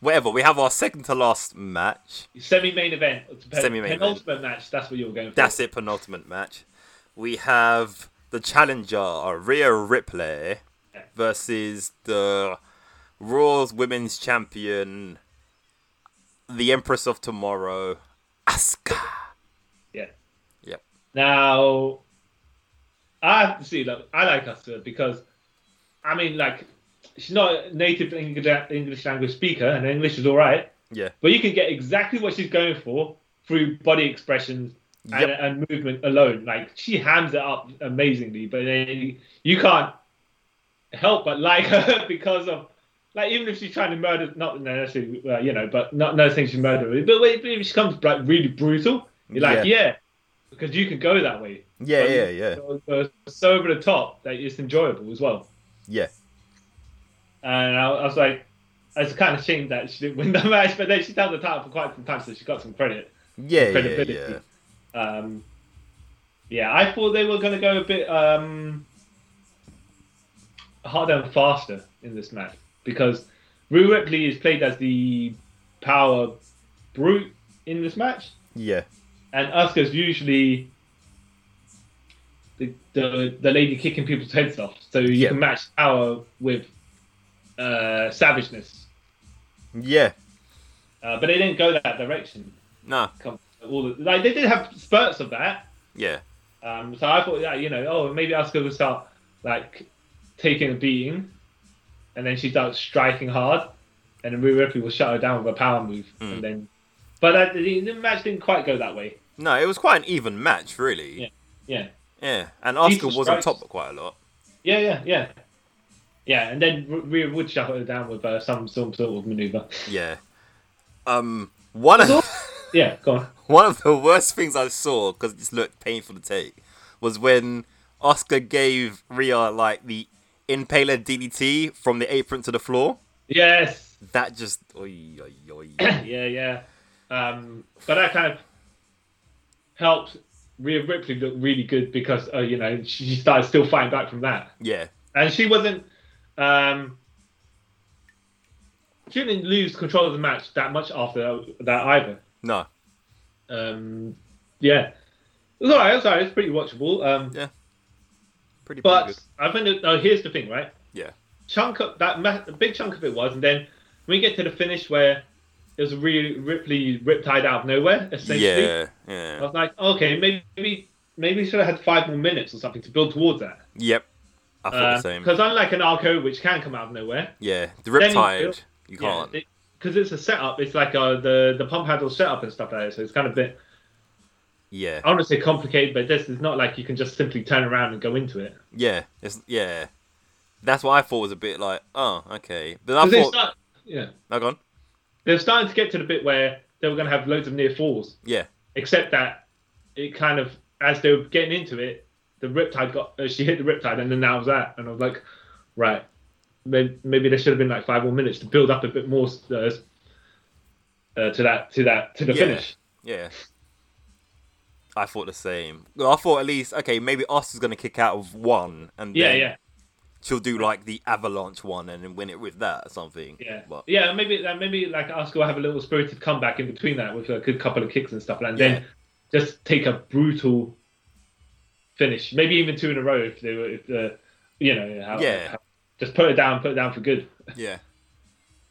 [SPEAKER 1] Whatever, we have our second to last match.
[SPEAKER 2] Semi-main event. It's pen-
[SPEAKER 1] Semi-main event.
[SPEAKER 2] penultimate match. That's what you were going for.
[SPEAKER 1] That's it, penultimate match. We have the challenger, Rhea Ripley, versus the Raw's Women's Champion, the Empress of Tomorrow, Asuka.
[SPEAKER 2] Yeah.
[SPEAKER 1] Yep.
[SPEAKER 2] Now, I have to see. Look, I like Asuka because, I mean, like, she's not a native English English language speaker, and her English is all right.
[SPEAKER 1] Yeah.
[SPEAKER 2] But you can get exactly what she's going for through body expressions and,
[SPEAKER 1] Yep.
[SPEAKER 2] and movement alone. Like she hams it up amazingly, but then you can't help but like her because of like even if she's trying to murder, not necessarily uh, you know, but not no saying she's murdering, but wait, if she comes like really brutal, you're like
[SPEAKER 1] Yeah.
[SPEAKER 2] yeah. because you can go that way.
[SPEAKER 1] Yeah,
[SPEAKER 2] But
[SPEAKER 1] yeah, yeah.
[SPEAKER 2] So, so- so over the top that it's enjoyable as well.
[SPEAKER 1] Yeah.
[SPEAKER 2] And I, I was like, it's kind of shame that she didn't win the match, but then she's held the title for quite some time, so she got some credit.
[SPEAKER 1] Yeah, yeah,
[SPEAKER 2] Credibility.
[SPEAKER 1] yeah.
[SPEAKER 2] Um, yeah, I thought they were going to go a bit um, harder and faster in this match because Rue Ripley is played as the power brute in this match,
[SPEAKER 1] Yeah.
[SPEAKER 2] and Asuka's usually the, the the lady kicking people's heads off. So you
[SPEAKER 1] Yeah.
[SPEAKER 2] can match power with uh, savageness.
[SPEAKER 1] Yeah.
[SPEAKER 2] Uh, but they didn't go that direction.
[SPEAKER 1] Nah.
[SPEAKER 2] Come- All the, like they did have spurts of that.
[SPEAKER 1] Yeah.
[SPEAKER 2] Um, so I thought, yeah, you know, oh, maybe Asuka will start like taking a beating, and then she starts striking hard, and then Rhea Ripley will shut her down with a power move, and then. But that, the, the match didn't quite go that way.
[SPEAKER 1] No, it was quite an even match, really. Yeah.
[SPEAKER 2] Yeah. Yeah,
[SPEAKER 1] And Oscar
[SPEAKER 2] Jesus
[SPEAKER 1] was on
[SPEAKER 2] Christ.
[SPEAKER 1] top quite a lot.
[SPEAKER 2] yeah, yeah, yeah, yeah. And then R- Rhea would shut her down with uh, some some sort of maneuver.
[SPEAKER 1] Yeah. Um, one of.
[SPEAKER 2] yeah, go on.
[SPEAKER 1] One of the worst things I saw, because it just looked painful to take, was when Oscar gave Rhea like the impaler DDT from the apron to the floor.
[SPEAKER 2] Yes.
[SPEAKER 1] That just, oi, oi, oi.
[SPEAKER 2] yeah, yeah. Um, but that kind of helped Rhea Ripley look really good because, uh, you know, she started still fighting back from that.
[SPEAKER 1] yeah,
[SPEAKER 2] And she wasn't. Um, she didn't lose control of the match that much after that either.
[SPEAKER 1] no,
[SPEAKER 2] Um, yeah. It was alright, it was alright, it's pretty watchable. Um,
[SPEAKER 1] Yeah, pretty, pretty
[SPEAKER 2] but
[SPEAKER 1] good.
[SPEAKER 2] I think, that- oh, here's the thing, right?
[SPEAKER 1] Yeah,
[SPEAKER 2] chunk of that ma- a big chunk of it was, and then we get to the finish where it was really Ripley riptide out of nowhere. Essentially,
[SPEAKER 1] yeah,
[SPEAKER 2] I
[SPEAKER 1] yeah,
[SPEAKER 2] was like, okay, maybe maybe maybe should have had five more minutes or something to build towards that.
[SPEAKER 1] yep. I thought the same.
[SPEAKER 2] Because unlike an Arco, which can come out of nowhere,
[SPEAKER 1] Yeah, the
[SPEAKER 2] then you
[SPEAKER 1] Riptide,
[SPEAKER 2] build-
[SPEAKER 1] you can't.
[SPEAKER 2] because it's a setup. It's like uh, the the pump handle setup and stuff like that. So it's kind of a bit.
[SPEAKER 1] Yeah,
[SPEAKER 2] I want to say complicated, but this is not like you can just simply turn around and go into it.
[SPEAKER 1] yeah, it's yeah. That's what I thought was a bit like, oh, okay. But I
[SPEAKER 2] 'Cause it's
[SPEAKER 1] thought,
[SPEAKER 2] not, yeah,
[SPEAKER 1] no, go on.
[SPEAKER 2] they're starting to get to the bit where they were going to have loads of near falls.
[SPEAKER 1] Yeah,
[SPEAKER 2] except that it kind of as they were getting into it, the riptide got uh, she hit the riptide, and then that was that. And I was like, right, maybe, maybe there should have been like five more minutes to build up a bit more uh, uh, to that to that to the
[SPEAKER 1] Yeah.
[SPEAKER 2] finish.
[SPEAKER 1] Yeah. I thought the same. Well, I thought at least okay, maybe Oscar's gonna kick out of one, and
[SPEAKER 2] Yeah,
[SPEAKER 1] then
[SPEAKER 2] yeah,
[SPEAKER 1] she'll do like the avalanche one and then win it with that or something.
[SPEAKER 2] yeah,
[SPEAKER 1] But
[SPEAKER 2] yeah. Maybe uh, maybe like Oscar will have a little spirited comeback in between that with a good couple of kicks and stuff, and
[SPEAKER 1] Yeah.
[SPEAKER 2] then just take a brutal finish. Maybe even two in a row if they were, if, uh, you know, how,
[SPEAKER 1] Yeah.
[SPEAKER 2] how- just put it down, put it down for good.
[SPEAKER 1] yeah.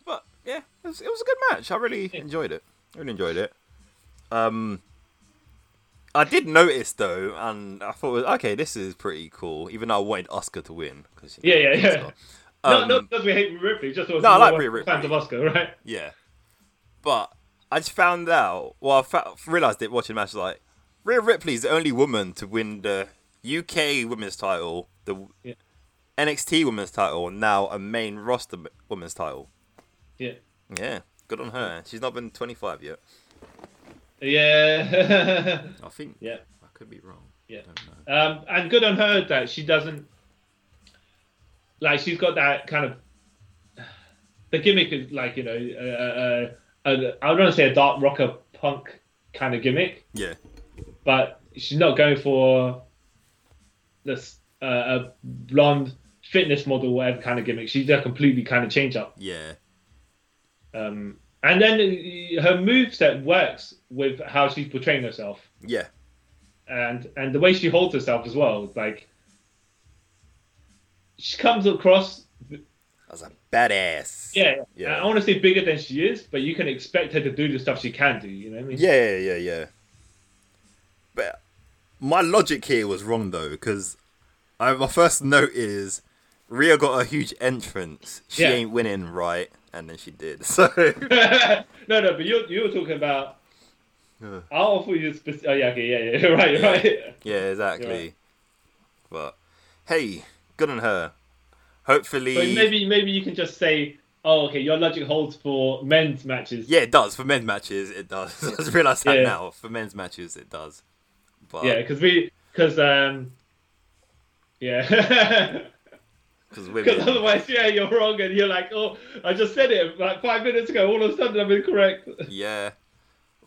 [SPEAKER 1] But yeah, it was, it was a good match. I really enjoyed it. I really enjoyed it. Um, I did notice though, and I thought, okay, this is pretty cool. Even though I wanted Oscar to win, because
[SPEAKER 2] Yeah, yeah, yeah. No,
[SPEAKER 1] Um,
[SPEAKER 2] not because we hate Rhea Ripley, just because
[SPEAKER 1] No, I like
[SPEAKER 2] we're
[SPEAKER 1] Rhea Ripley.
[SPEAKER 2] fans of Oscar, right?
[SPEAKER 1] Yeah. But I just found out, well, I fa- realised it watching the match, like, Rhea Ripley's the only woman to win the UK women's title, the
[SPEAKER 2] Yeah.
[SPEAKER 1] NXT Women's title, now a main roster b- Women's title.
[SPEAKER 2] Yeah.
[SPEAKER 1] Yeah, good on her. She's not been 25 yet.
[SPEAKER 2] Yeah.
[SPEAKER 1] I think.
[SPEAKER 2] yeah.
[SPEAKER 1] I could be wrong.
[SPEAKER 2] Yeah.
[SPEAKER 1] don't know.
[SPEAKER 2] Um, and good on her that she doesn't like she's got that kind of the gimmick is like you know uh, uh, uh, I don't want to say a dark rocker punk kind of gimmick,
[SPEAKER 1] Yeah.
[SPEAKER 2] but she's not going for this uh, a blonde fitness model whatever kind of gimmick. She's a completely kind of change up.
[SPEAKER 1] Yeah.
[SPEAKER 2] Um, and then uh, her moveset works with how she's portraying herself.
[SPEAKER 1] Yeah.
[SPEAKER 2] and and the way she holds herself as well, like she comes across,
[SPEAKER 1] That's a badass.
[SPEAKER 2] yeah,
[SPEAKER 1] Yeah.
[SPEAKER 2] yeah. I want to say bigger than she is, but you can expect her to do the stuff she can do. You know what I mean?
[SPEAKER 1] Yeah, yeah, yeah, yeah. But my logic here was wrong though, because I my first note is Rhea got a huge entrance. She
[SPEAKER 2] Yeah.
[SPEAKER 1] ain't winning, right? And then she did. So
[SPEAKER 2] no, no, but you you were talking about.
[SPEAKER 1] Yeah.
[SPEAKER 2] I'll offer you specific. Oh yeah, okay, yeah, yeah, you're right, you're right.
[SPEAKER 1] yeah, exactly.
[SPEAKER 2] Yeah.
[SPEAKER 1] But hey, good on her. Hopefully,
[SPEAKER 2] But maybe maybe you can just say, oh, okay, your logic holds for men's matches.
[SPEAKER 1] yeah, it does for men's matches. It does. I just realised that
[SPEAKER 2] Yeah.
[SPEAKER 1] now. For men's matches, it does. But
[SPEAKER 2] yeah, because we because um, yeah.
[SPEAKER 1] because
[SPEAKER 2] Because
[SPEAKER 1] women,
[SPEAKER 2] otherwise, yeah, you're wrong, and you're like, oh, I just said it like five minutes ago. All of a sudden, I'm incorrect.
[SPEAKER 1] Yeah.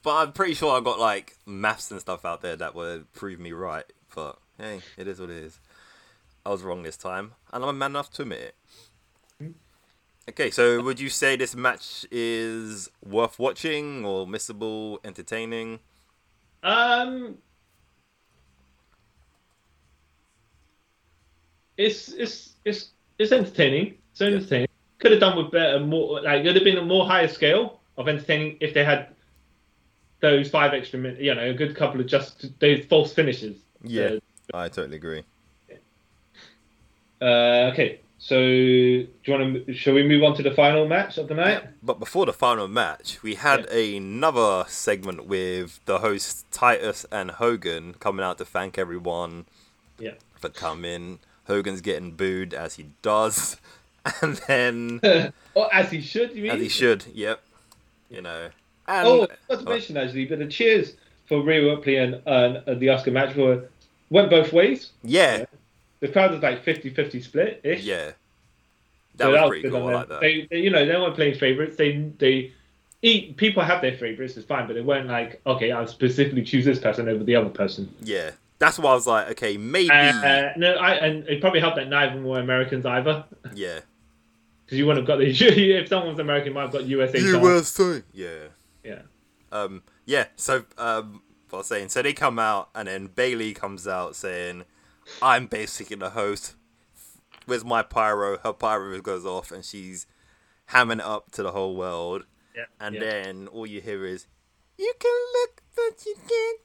[SPEAKER 1] But I'm pretty sure I got like maths and stuff out there that would prove me right. But hey, it is what it is. I was wrong this time, and I'm a man enough to admit it. Okay, so would you say this match is worth watching or missable, entertaining?
[SPEAKER 2] Um, it's it's it's it's entertaining. It's entertaining. Could have done with better, more like it would have been a more higher scale of entertaining if they had those five extra minutes. You know, a good couple of just those false finishes. Uh,
[SPEAKER 1] I totally agree.
[SPEAKER 2] Uh, okay. So, do you want to? Shall we move on to the final match of the night?
[SPEAKER 1] But before the final match, we had another segment with the hosts Titus and Hogan coming out to thank everyone
[SPEAKER 2] Yeah.
[SPEAKER 1] for coming. Hogan's getting booed as he does, and then
[SPEAKER 2] Or Oh, as he should. You mean?
[SPEAKER 1] as he should. Yep, you know. And uh,
[SPEAKER 2] Oh, not to mention actually, but the cheers for Rhea Ripley and, and uh, the Oscar match were went both ways.
[SPEAKER 1] yeah,
[SPEAKER 2] The crowd was like 50-50 split ish.
[SPEAKER 1] yeah, that was pretty cool. I like that.
[SPEAKER 2] They, they, you know, they weren't playing favorites. They they eat people have their favorites. It's fine, but they weren't like okay, I'll specifically choose this person over the other person.
[SPEAKER 1] Yeah, that's why I was like, okay, maybe.
[SPEAKER 2] Uh, uh, no, I and it probably helped that neither were Americans either,
[SPEAKER 1] yeah,
[SPEAKER 2] because you wouldn't have got the if someone's American, you might have got USA. dollars.
[SPEAKER 1] Yeah.
[SPEAKER 2] Yeah.
[SPEAKER 1] um, yeah, so um, what I was saying, so they come out, and then Bailey comes out saying, "I'm basically the host." Where's my pyro? Her pyro goes off, and she's hamming it up to the whole world.
[SPEAKER 2] Yeah.
[SPEAKER 1] And
[SPEAKER 2] yeah.
[SPEAKER 1] then all you hear is, "You can look, but you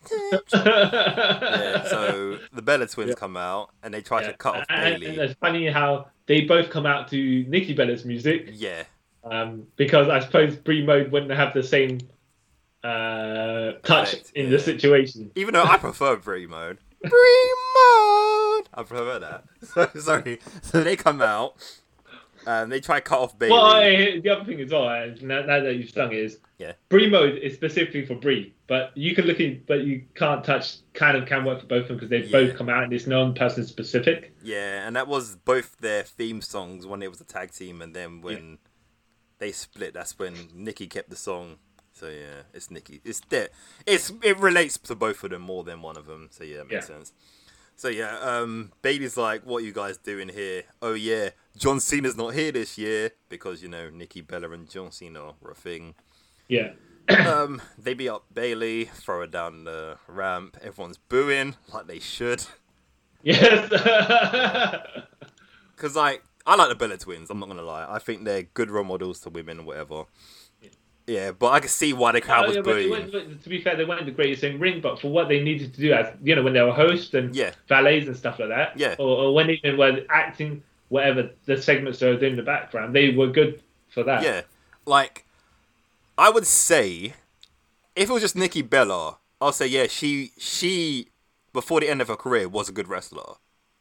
[SPEAKER 1] can't touch." yeah, so the Bella twins come out, and they try
[SPEAKER 2] Yeah.
[SPEAKER 1] to cut off
[SPEAKER 2] and,
[SPEAKER 1] Bailey.
[SPEAKER 2] and it's funny how they both come out to Nikki Bella's music
[SPEAKER 1] yeah,
[SPEAKER 2] um, because I suppose Brie Mode wouldn't have the same uh, touch
[SPEAKER 1] Effect,
[SPEAKER 2] in
[SPEAKER 1] yeah.
[SPEAKER 2] the situation.
[SPEAKER 1] even though I prefer Brie mode. Brie mode. I prefer that. So sorry. So they come out, and they try to cut off Bailey.
[SPEAKER 2] Well, I, the other thing as well, uh, now, now that you've sung it, is
[SPEAKER 1] Yeah.
[SPEAKER 2] Brie Mode is specifically for Brie, but you can look in, but you can't touch. Kind of can work for both of them because they've
[SPEAKER 1] Yeah.
[SPEAKER 2] both come out and it's non-person specific.
[SPEAKER 1] Yeah, and that was both their theme songs when it was a tag team, and then when they split, that's when Nikki kept the song. So yeah, it's Nikki. It's there. It's it relates to both of them more than one of them. So yeah, that makes
[SPEAKER 2] Yeah.
[SPEAKER 1] sense. So yeah, um, Bailey's like, "What are you guys doing here? Oh yeah, John Cena's not here this year because you know Nikki Bella and John Cena were a thing."
[SPEAKER 2] Yeah,
[SPEAKER 1] um, they beat up Bailey, throw her down the ramp. Everyone's booing like they should.
[SPEAKER 2] yes.
[SPEAKER 1] Because like I like the Bella twins. I'm not gonna lie. I think they're good role models to women or whatever. Yeah, but I can see why the crowd
[SPEAKER 2] Oh,
[SPEAKER 1] was
[SPEAKER 2] yeah, but they
[SPEAKER 1] booing.
[SPEAKER 2] weren't- but to be fair, they weren't the greatest in ring, but for what they needed to do, as you know, when they were hosts and
[SPEAKER 1] Yeah.
[SPEAKER 2] valets and stuff like that,
[SPEAKER 1] Yeah.
[SPEAKER 2] or, or when even when acting, whatever the segments they were doing in the background, they were good for that.
[SPEAKER 1] Yeah, like I would say, if it was just Nikki Bella, I'll say yeah. She she before the end of her career was a good wrestler.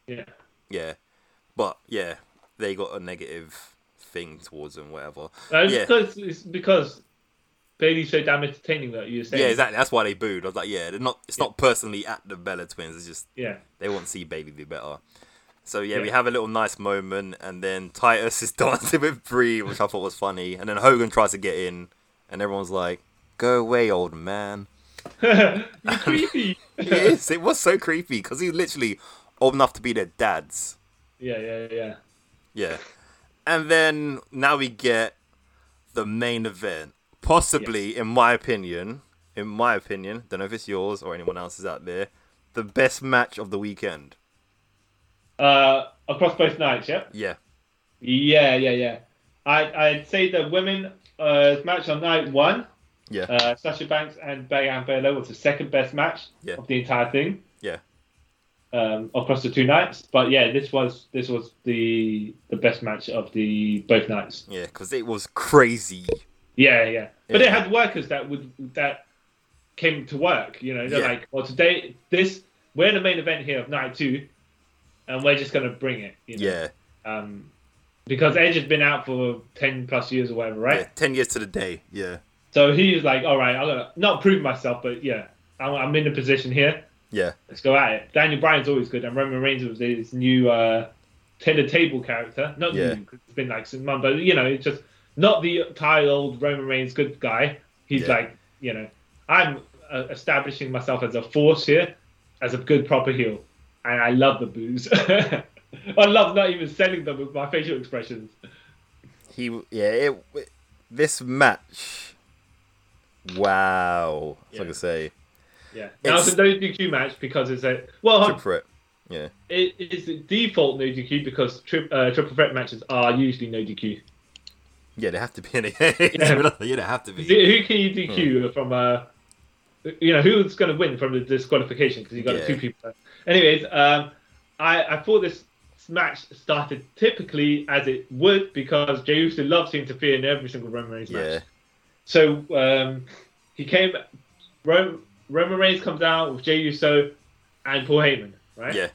[SPEAKER 2] yeah,
[SPEAKER 1] Yeah, But yeah, they got a negative thing towards them, whatever.
[SPEAKER 2] Uh, it's
[SPEAKER 1] yeah,
[SPEAKER 2] because it's because Bailey's so damn entertaining that you're saying.
[SPEAKER 1] yeah, exactly. That's why they booed. I was like, yeah, they're not. It's not personally at the Bella twins. It's just
[SPEAKER 2] Yeah.
[SPEAKER 1] they want to see Bailey do better. So yeah, we
[SPEAKER 2] Yeah.
[SPEAKER 1] have a little nice moment, and then Titus is dancing with Bree, which I thought was funny. And then Hogan tries to get in, and everyone's like, "Go away, old man."
[SPEAKER 2] You're creepy.
[SPEAKER 1] He is. It was so creepy because he's literally old enough to be their dads.
[SPEAKER 2] Yeah, yeah, yeah.
[SPEAKER 1] Yeah. And then now we get the main event. Possibly, in my opinion, in my opinion, don't know if it's yours or anyone else's out there, the best match of the weekend.
[SPEAKER 2] Uh, across both nights, yeah?
[SPEAKER 1] Yeah.
[SPEAKER 2] Yeah, yeah, yeah. I, I'd say the women uh, match on night one,
[SPEAKER 1] Yeah.
[SPEAKER 2] uh, Sasha Banks and Bayan Belair was the second best match
[SPEAKER 1] Yeah.
[SPEAKER 2] of the entire thing
[SPEAKER 1] yeah.
[SPEAKER 2] um, across the two nights. But yeah, this was this was the the best match of the both nights.
[SPEAKER 1] Yeah. Because it was crazy.
[SPEAKER 2] Yeah, yeah. But they
[SPEAKER 1] Yeah.
[SPEAKER 2] had workers that would that came to work. You know, they're
[SPEAKER 1] Yeah.
[SPEAKER 2] like, well, today this we're the main event here of night two, and we're just gonna bring it. You know?
[SPEAKER 1] Yeah.
[SPEAKER 2] Um, because Edge has been out for ten plus years or whatever, right?
[SPEAKER 1] yeah. 10 years to the day. Yeah.
[SPEAKER 2] So he was like, all right, I'm gonna not prove myself, but yeah, I'm, I'm in the position here.
[SPEAKER 1] Yeah.
[SPEAKER 2] Let's go at it. Daniel Bryan's always good, and Roman Reigns was his new uh, tender table character. Not
[SPEAKER 1] Yeah.
[SPEAKER 2] new, 'cause it's been like six months, but you know, it's just not the tired old Roman Reigns good guy. He's
[SPEAKER 1] Yeah.
[SPEAKER 2] like, you know, I'm uh, establishing myself as a force here, as a good proper heel, and I love the booze. I love not even selling them with my facial expressions.
[SPEAKER 1] He. Yeah. It, it- this match. Wow. That's what I
[SPEAKER 2] Yeah.
[SPEAKER 1] can say.
[SPEAKER 2] Yeah. Now
[SPEAKER 1] It's-
[SPEAKER 2] it's a no DQ match because it's a well,
[SPEAKER 1] Trip for it. Yeah.
[SPEAKER 2] it is the default no DQ because tri- uh, triple threat matches are usually no DQ.
[SPEAKER 1] Yeah. They have to be in it. yeah. They have to be.
[SPEAKER 2] Who can you DQ
[SPEAKER 1] Hmm.
[SPEAKER 2] from uh You know who's going to win from the disqualification because you got
[SPEAKER 1] Yeah.
[SPEAKER 2] two people. Anyways, um, I I thought this match started typically as it would because Jey Uso loves to interfere in every single Roman Reigns match.
[SPEAKER 1] Yeah.
[SPEAKER 2] So um, he came. Rom, Roman Reigns comes out with Jey Uso and Paul Heyman, right?
[SPEAKER 1] Yeah.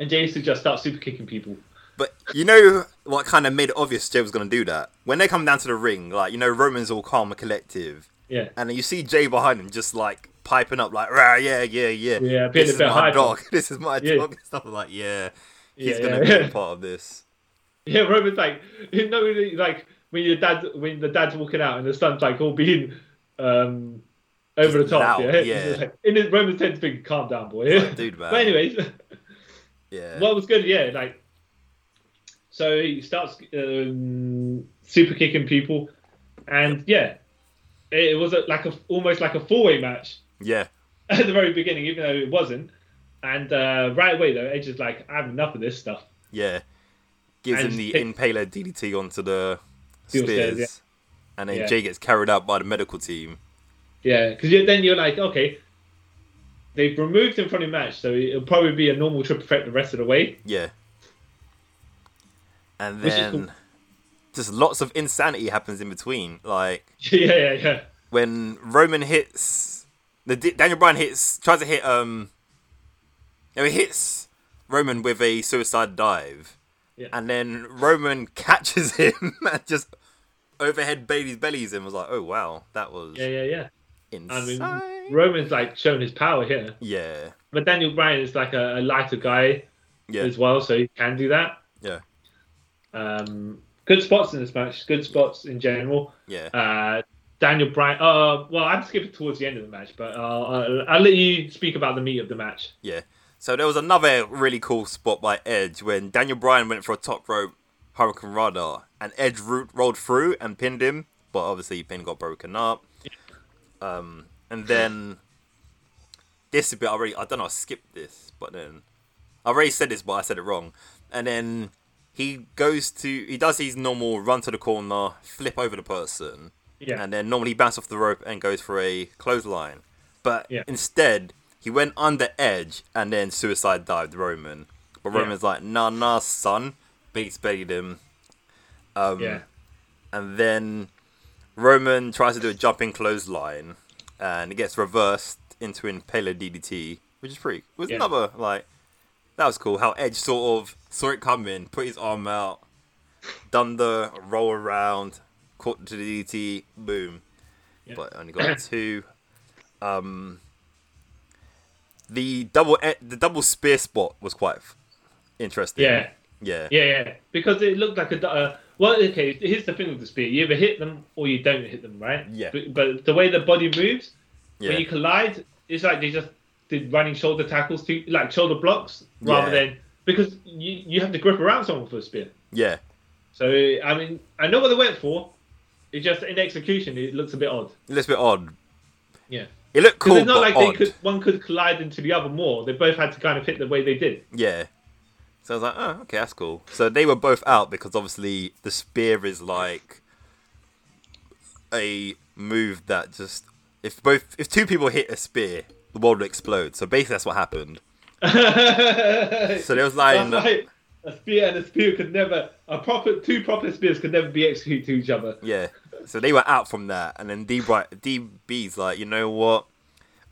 [SPEAKER 2] And Jey Uso just starts super kicking people.
[SPEAKER 1] But you know what kind of made it obvious Jay was going to do that? When they come down to the ring, like, you know, Roman's all calm and collective.
[SPEAKER 2] Yeah.
[SPEAKER 1] And then you see Jay behind him just like piping up, like, Rah, yeah, yeah, yeah.
[SPEAKER 2] Yeah, being
[SPEAKER 1] this
[SPEAKER 2] a
[SPEAKER 1] is
[SPEAKER 2] bit
[SPEAKER 1] my
[SPEAKER 2] hyper.
[SPEAKER 1] dog. This is my
[SPEAKER 2] Yeah.
[SPEAKER 1] dog. And stuff I'm like, yeah, he's
[SPEAKER 2] Yeah,
[SPEAKER 1] going to
[SPEAKER 2] yeah.
[SPEAKER 1] be a part of this.
[SPEAKER 2] Yeah, Roman's like, you know, really, like when your dad, when the dad's walking out and the son's like all being um, over
[SPEAKER 1] Just
[SPEAKER 2] the top.
[SPEAKER 1] loud,
[SPEAKER 2] yeah,
[SPEAKER 1] yeah.
[SPEAKER 2] He's like- in his Roman's tend to be calm down, boy.
[SPEAKER 1] Like, dude, man.
[SPEAKER 2] But anyways,
[SPEAKER 1] Yeah.
[SPEAKER 2] what was good, yeah, like so he starts um, super kicking people, and yeah, it, it was a, like a almost like a four way match
[SPEAKER 1] Yeah.
[SPEAKER 2] at the very beginning, even though it wasn't. And uh, right away though, Edge is like, I have enough of this stuff.
[SPEAKER 1] Yeah. Gives
[SPEAKER 2] And
[SPEAKER 1] him the
[SPEAKER 2] just
[SPEAKER 1] impaler DDT onto the
[SPEAKER 2] Steel
[SPEAKER 1] stairs.
[SPEAKER 2] stairs, yeah.
[SPEAKER 1] And then
[SPEAKER 2] Yeah.
[SPEAKER 1] Jay gets carried out by the medical team.
[SPEAKER 2] Yeah, because then you're like, okay, they've removed him from the match, so it'll probably be a normal triple threat the rest of the way.
[SPEAKER 1] Yeah. And
[SPEAKER 2] Which is
[SPEAKER 1] then
[SPEAKER 2] cool.
[SPEAKER 1] just lots of insanity happens in between. Like
[SPEAKER 2] yeah, yeah, yeah,
[SPEAKER 1] when Roman hits the D- Daniel Bryan hits tries to hit um no he hits Roman with a suicide dive.
[SPEAKER 2] Yeah.
[SPEAKER 1] And then Roman catches him and just overhead Bailey's bellies and was like, "Oh wow, that was
[SPEAKER 2] yeah, yeah, yeah. I
[SPEAKER 1] insane."
[SPEAKER 2] mean, Roman's like showing his power here,
[SPEAKER 1] yeah.
[SPEAKER 2] but Daniel Bryan is like a, a lighter guy
[SPEAKER 1] Yeah.
[SPEAKER 2] as well, so he can do that.
[SPEAKER 1] Yeah.
[SPEAKER 2] Um, good spots in this match, good spots in general.
[SPEAKER 1] Yeah.
[SPEAKER 2] Uh, Daniel Bryan. Uh, well, I'd skip it towards the end of the match, but I'll, I'll, I'll let you speak about the meat of the match.
[SPEAKER 1] Yeah. So there was another really cool spot by Edge when Daniel Bryan went for a top rope Hurricane Radar and Edge root, rolled through and pinned him, but obviously pin got broken up. Um, and then this bit I already I don't know I skipped this, but then I already said this, but I said it wrong. And then he goes to he does his normal run to the corner, flip over the person
[SPEAKER 2] Yeah.
[SPEAKER 1] and then normally bounce off the rope and goes for a clothesline. But
[SPEAKER 2] Yeah.
[SPEAKER 1] instead, he went under edge and then suicide dived Roman. But
[SPEAKER 2] Yeah.
[SPEAKER 1] Roman's like, nah, nah, son. Beats baited him. Um,
[SPEAKER 2] yeah.
[SPEAKER 1] And then Roman tries to do a jumping clothesline and it gets reversed into Impaler DDT, which is pretty. It was
[SPEAKER 2] Yeah.
[SPEAKER 1] another, like, That was cool. How Edge sort of saw it coming, put his arm out, done the roll around, caught to the DT, boom.
[SPEAKER 2] Yeah.
[SPEAKER 1] But only got two. Um, the double e- the double spear spot was quite f- interesting.
[SPEAKER 2] Yeah,
[SPEAKER 1] Yeah.
[SPEAKER 2] yeah, yeah. Because it looked like a. du- Uh, well, okay. Here's the thing with the spear: you either hit them or you don't hit them, right?
[SPEAKER 1] Yeah.
[SPEAKER 2] But, but the way the body moves,
[SPEAKER 1] Yeah.
[SPEAKER 2] when you collide, it's like they just did running shoulder tackles to like shoulder blocks rather
[SPEAKER 1] Yeah.
[SPEAKER 2] than because you you have to grip around someone for a spear.
[SPEAKER 1] yeah.
[SPEAKER 2] So I mean, I know what they went for. It's just in execution, it looks a bit odd.
[SPEAKER 1] A little bit odd.
[SPEAKER 2] Yeah.
[SPEAKER 1] It looked
[SPEAKER 2] Because
[SPEAKER 1] cool,
[SPEAKER 2] it's not
[SPEAKER 1] but
[SPEAKER 2] like
[SPEAKER 1] odd.
[SPEAKER 2] they could one could collide into the other more. They both had to kind of hit the way they did.
[SPEAKER 1] Yeah. So I was like, oh, okay, that's cool. So they were both out because obviously the spear is like a move that just if both if two people hit a spear, the world will explode. So basically that's what happened. So
[SPEAKER 2] so
[SPEAKER 1] they was lying.
[SPEAKER 2] That's right. A spear and a spear could never a proper two proper spears could never be executed to each other.
[SPEAKER 1] Yeah. So they were out from that, and then D Bright DB's like, you know what?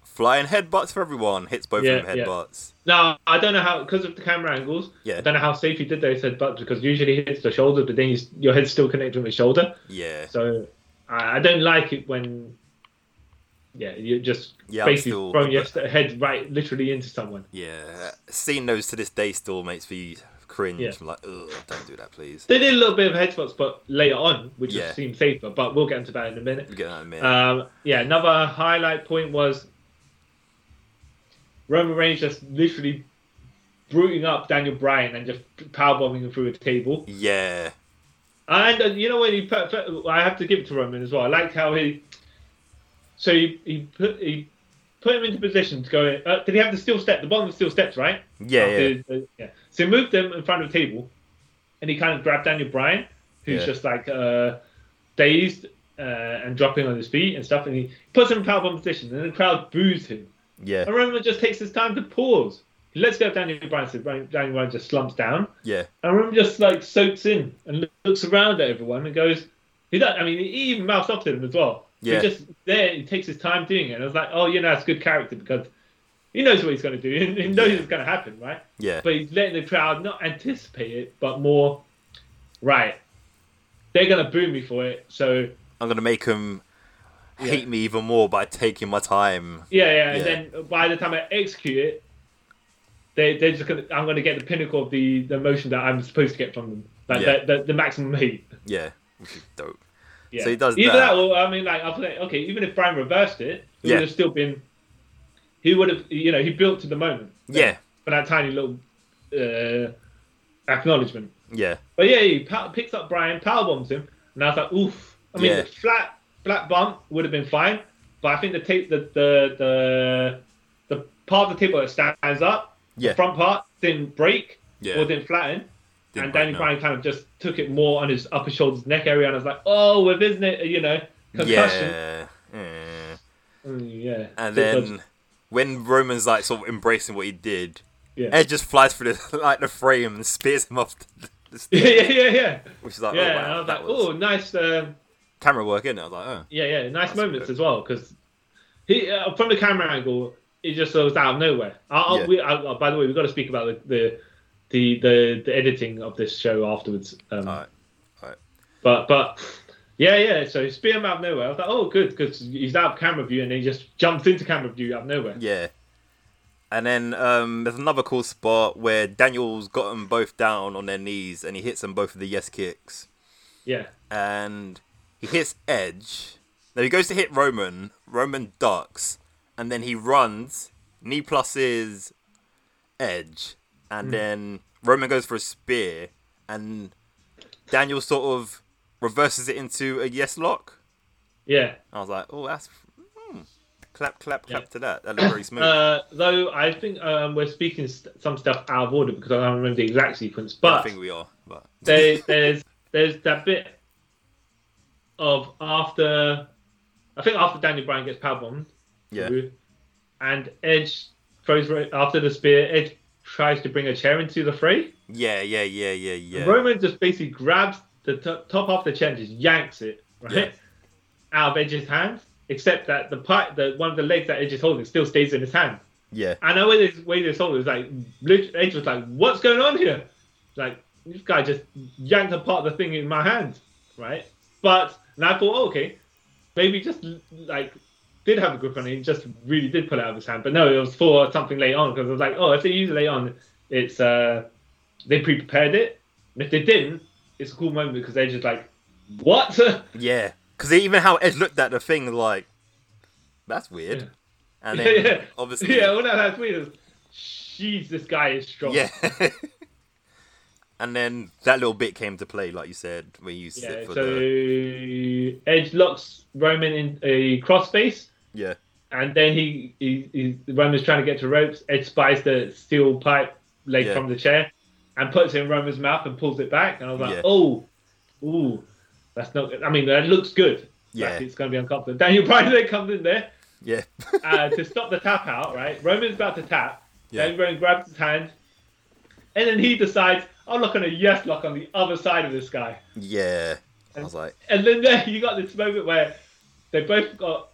[SPEAKER 1] Flying headbutts for everyone hits both
[SPEAKER 2] Yeah,
[SPEAKER 1] of them
[SPEAKER 2] yeah.
[SPEAKER 1] headbutts.
[SPEAKER 2] Now I don't know how because of the camera angles.
[SPEAKER 1] Yeah.
[SPEAKER 2] I don't know how safe he did those headbutts because usually it hits the shoulder, but then you, your head's still connected with the shoulder.
[SPEAKER 1] Yeah.
[SPEAKER 2] So I, I don't like it when. Yeah, you just
[SPEAKER 1] Yeah, I'm
[SPEAKER 2] basically
[SPEAKER 1] still-
[SPEAKER 2] throwing your st- head right literally into someone.
[SPEAKER 1] Yeah. Seeing those to this day still makes me cringe.
[SPEAKER 2] Yeah.
[SPEAKER 1] I'm like, ugh, don't do that, please.
[SPEAKER 2] They did a little bit of headshots, but later on, which
[SPEAKER 1] Yeah.
[SPEAKER 2] seemed safer. But we'll get into that in a minute.
[SPEAKER 1] Get that in a minute.
[SPEAKER 2] Um, yeah, another highlight point was Roman Reigns just literally bruting up Daniel Bryan and just powerbombing him through a table.
[SPEAKER 1] yeah.
[SPEAKER 2] And uh, you know when he put, put- I have to give it to Roman as well. I liked how he, so he, he put he put him into position to go. In. Uh, did he have the steel step? The bottom of the steel steps, right?
[SPEAKER 1] Yeah,
[SPEAKER 2] After-
[SPEAKER 1] yeah.
[SPEAKER 2] uh, yeah. So he moved them in front of the table, and he kind of grabbed Daniel Bryan, who's
[SPEAKER 1] Yeah.
[SPEAKER 2] just like uh, dazed uh, and dropping on his feet and stuff, and he puts him in powerbomb position, and the crowd boos him.
[SPEAKER 1] Yeah,
[SPEAKER 2] And Roman just takes his time to pause. He lets go of Daniel Bryan, so Bryan- Daniel Bryan just slumps down.
[SPEAKER 1] yeah,
[SPEAKER 2] And Roman just like soaks in and looks around at everyone and goes, he don't, I mean, he even mouths off to them as well.
[SPEAKER 1] Yeah.
[SPEAKER 2] He just there, he takes his time doing it. And I was like, oh, you know, that's good character because he knows what he's going to do. He knows
[SPEAKER 1] Yeah.
[SPEAKER 2] it's going to happen, right?
[SPEAKER 1] yeah,
[SPEAKER 2] But he's letting the crowd not anticipate it, but more, right, they're going to boo me for it. So,
[SPEAKER 1] I'm gonna make him hate me even more by taking my time.
[SPEAKER 2] yeah, yeah.
[SPEAKER 1] Yeah.
[SPEAKER 2] And then by the time I execute it, they, they're just going to, I'm going to get the pinnacle of the, the emotion that I'm supposed to get from them. Like
[SPEAKER 1] Yeah.
[SPEAKER 2] the, the, the maximum heat.
[SPEAKER 1] Yeah, which is dope.
[SPEAKER 2] Yeah.
[SPEAKER 1] So he does
[SPEAKER 2] either
[SPEAKER 1] that.
[SPEAKER 2] that. or I mean, like I play. Okay, even if Brian reversed it, it
[SPEAKER 1] Yeah.
[SPEAKER 2] would have still been. He would have, you know, he built to the moment
[SPEAKER 1] Yeah,
[SPEAKER 2] for that tiny little uh, acknowledgement.
[SPEAKER 1] yeah,
[SPEAKER 2] But yeah, he pa- picks up Brian, power bombs him, and I was like, oof. I mean,
[SPEAKER 1] Yeah.
[SPEAKER 2] the flat flat bump would have been fine, but I think the tape, the the the, the part of the table that stands up,
[SPEAKER 1] Yeah.
[SPEAKER 2] the front part didn't break
[SPEAKER 1] Yeah.
[SPEAKER 2] or didn't flatten.
[SPEAKER 1] Didn't break,
[SPEAKER 2] and Danny
[SPEAKER 1] no.
[SPEAKER 2] Bryan kind of just took it more on his upper shoulders, neck area, and I was like, "Oh, with his, ne- you know, concussion."
[SPEAKER 1] yeah. yeah.
[SPEAKER 2] Mm, yeah.
[SPEAKER 1] And
[SPEAKER 2] So it was-
[SPEAKER 1] then when Roman's like sort of embracing what he did,
[SPEAKER 2] yeah.
[SPEAKER 1] Ed just flies through the like the frame and spears him off the, the
[SPEAKER 2] yeah,
[SPEAKER 1] stairs,
[SPEAKER 2] yeah, yeah, yeah.
[SPEAKER 1] which is like,
[SPEAKER 2] yeah,
[SPEAKER 1] oh
[SPEAKER 2] and I
[SPEAKER 1] wow,
[SPEAKER 2] was
[SPEAKER 1] that
[SPEAKER 2] like,
[SPEAKER 1] was
[SPEAKER 2] "Oh, nice." Um,
[SPEAKER 1] camera work, innit? I was like, oh,
[SPEAKER 2] yeah, yeah, nice
[SPEAKER 1] That's
[SPEAKER 2] moments
[SPEAKER 1] good.
[SPEAKER 2] as well because he uh, from the camera angle, it just was out of nowhere. I, I,
[SPEAKER 1] Yeah.
[SPEAKER 2] we, I, I- by the way, we've got to speak about the the the, the, the editing of this show afterwards. Um,
[SPEAKER 1] alright, alright,
[SPEAKER 2] But but yeah, yeah. So spear him out of nowhere. I was like, "Oh, good," because he's out of camera view, and he just jumps into camera view out of nowhere.
[SPEAKER 1] yeah. And then um, there's another cool spot where Daniel's got them both down on their knees and he hits them both with the yes kicks.
[SPEAKER 2] Yeah,
[SPEAKER 1] and he hits Edge. Now he goes to hit Roman. Roman ducks, and then he runs. Knee pluses Edge, and then Roman goes for a spear, and Daniel sort of reverses it into a yes lock.
[SPEAKER 2] yeah.
[SPEAKER 1] I was like, oh, that's hmm. clap, clap, clap
[SPEAKER 2] Yeah.
[SPEAKER 1] to that. That looked very smooth.
[SPEAKER 2] Uh, though I think um, we're speaking st- some stuff out of order because I don't remember the exact sequence. But
[SPEAKER 1] I think we are, but
[SPEAKER 2] there, there's there's that bit of after I think after Daniel Bryan gets powerbombed,
[SPEAKER 1] yeah,
[SPEAKER 2] and Edge throws Ro- after the spear. Edge tries to bring a chair into the fray.
[SPEAKER 1] yeah, yeah, yeah, yeah, yeah.
[SPEAKER 2] Roman just basically grabs the to top half of the chair and just yanks it right
[SPEAKER 1] Yeah.
[SPEAKER 2] out of Edge's hand. Except that the part, the one of the legs that Edge is holding still stays in his hand.
[SPEAKER 1] Yeah.
[SPEAKER 2] And the way this way this song was like, lit- Edge was like, "What's going on here?" Like this guy just yanked apart the thing in my hand, right? But and I thought, oh, okay, maybe just like did have a grip on it. He just really did pull it out of his hand. But no, it was for something later on because I was like, oh, if they use it later on, it's uh they pre-prepared it. And if they didn't, it's a cool moment because they're just like, what?
[SPEAKER 1] Yeah. Because even how Edge looked at the thing, like, that's weird. And
[SPEAKER 2] Yeah,
[SPEAKER 1] then,
[SPEAKER 2] yeah.
[SPEAKER 1] obviously,
[SPEAKER 2] yeah, all that that's weird. is, Jeez, this guy is strong.
[SPEAKER 1] Yeah. and then that little bit came to play, like you said, when you
[SPEAKER 2] Yeah,
[SPEAKER 1] sit for
[SPEAKER 2] so
[SPEAKER 1] the
[SPEAKER 2] Edge locks Roman in a cross space,
[SPEAKER 1] yeah,
[SPEAKER 2] and then he, he, he Roman's trying to get to ropes. Edge spies the steel pipe laid
[SPEAKER 1] Yeah.
[SPEAKER 2] from the chair, and puts it in Roman's mouth and pulls it back. And I was like,
[SPEAKER 1] Yeah.
[SPEAKER 2] oh, ooh, that's not. good. I mean, that looks good.
[SPEAKER 1] Yeah.
[SPEAKER 2] like, it's going to be uncomfortable. Daniel Bryan then comes in there
[SPEAKER 1] yeah,
[SPEAKER 2] uh, to stop the tap out. Right, Roman's about to tap.
[SPEAKER 1] Yeah.
[SPEAKER 2] Then Roman grabs his hand, and then he decides, I'm not going to yes lock on the other side of this guy.
[SPEAKER 1] yeah. I was like,
[SPEAKER 2] And then there you got this moment where they both got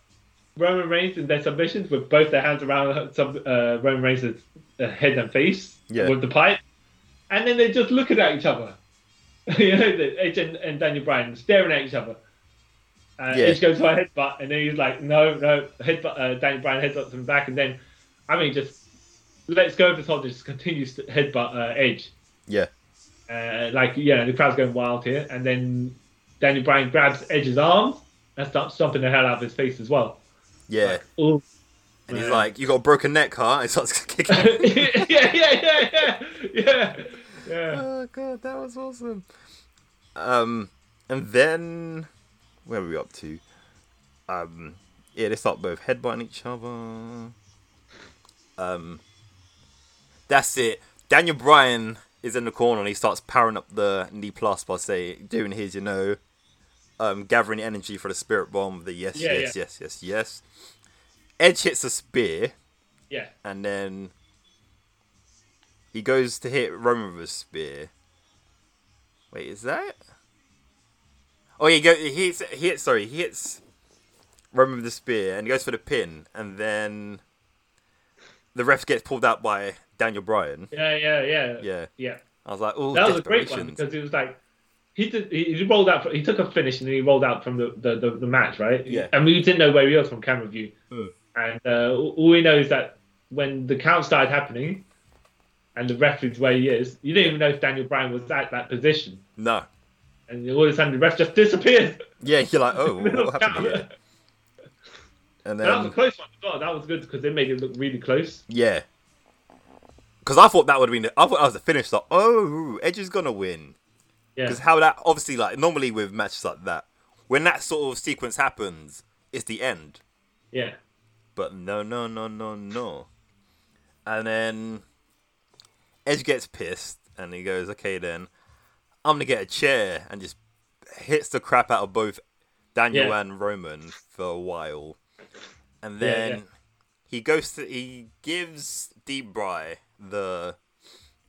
[SPEAKER 2] Roman Reigns in their submissions with both their hands around her- sub, uh, Roman Reigns' uh, head and face
[SPEAKER 1] Yeah.
[SPEAKER 2] with the pipe. And then they're just looking at each other. you know, the- Edge and, and Daniel Bryan staring at each other. Uh,
[SPEAKER 1] Yeah.
[SPEAKER 2] Edge goes for a headbutt, and then he's like, no, no, headbutt, uh, Daniel Bryan headbutts him back. And then, I mean, just let's go for this whole, just continues to headbutt uh, Edge
[SPEAKER 1] yeah,
[SPEAKER 2] uh, like yeah, the crowd's going wild here, and then Daniel Bryan grabs Edge's arms and starts stomping the hell out of his face as well.
[SPEAKER 1] yeah.
[SPEAKER 2] Ooh.
[SPEAKER 1] And he's
[SPEAKER 2] man.
[SPEAKER 1] like, "You got a broken neck, huh?" It starts kicking.
[SPEAKER 2] yeah, yeah, yeah, yeah, yeah, yeah.
[SPEAKER 1] oh god, that was awesome. Um, and then where are we up to? Um, yeah, they start both headbutting each other. Um, that's it. Daniel Bryan is in the corner and he starts powering up the knee plus by say doing his, you know, um, gathering energy for the spirit bomb. The yes,
[SPEAKER 2] Yeah,
[SPEAKER 1] yes,
[SPEAKER 2] yeah.
[SPEAKER 1] yes, yes, yes. Edge hits a spear
[SPEAKER 2] yeah.
[SPEAKER 1] and then he goes to hit Roman with a spear. Wait, is that? Oh, he go he hits, he hits sorry he hits Roman with the spear and he goes for the pin and then the ref gets pulled out by Daniel Bryan.
[SPEAKER 2] Yeah, yeah, yeah,
[SPEAKER 1] Yeah,
[SPEAKER 2] yeah.
[SPEAKER 1] I was like, oh,
[SPEAKER 2] That was a great one because it was like he did. He he rolled out. From, he took a finish and he rolled out from the the, the, the match, right?
[SPEAKER 1] Yeah.
[SPEAKER 2] And we didn't know where he was from camera view.
[SPEAKER 1] Mm.
[SPEAKER 2] And uh, all all we know is that when the count started happening, and the referee's where he is, you didn't even know if Daniel Bryan was at that position.
[SPEAKER 1] No,
[SPEAKER 2] And all of a sudden, the ref just disappeared.
[SPEAKER 1] yeah, you're like, oh, what happened
[SPEAKER 2] Camera.
[SPEAKER 1] here? And
[SPEAKER 2] that was a
[SPEAKER 1] then
[SPEAKER 2] close one as well. That was good because they made it look really close.
[SPEAKER 1] yeah, because I thought that would have been the, I thought that was the finish. Like, oh, Edge is gonna win.
[SPEAKER 2] Yeah.
[SPEAKER 1] Because how that obviously like normally with matches like that, when that sort of sequence happens, it's the end.
[SPEAKER 2] Yeah.
[SPEAKER 1] But no, no, no, no, no. And then Edge gets pissed and he goes, "Okay, then I'm gonna get a chair," and just hits the crap out of both Daniel
[SPEAKER 2] Yeah.
[SPEAKER 1] and Roman for a while. And
[SPEAKER 2] Yeah,
[SPEAKER 1] then
[SPEAKER 2] yeah.
[SPEAKER 1] he goes to he gives Deep Bry the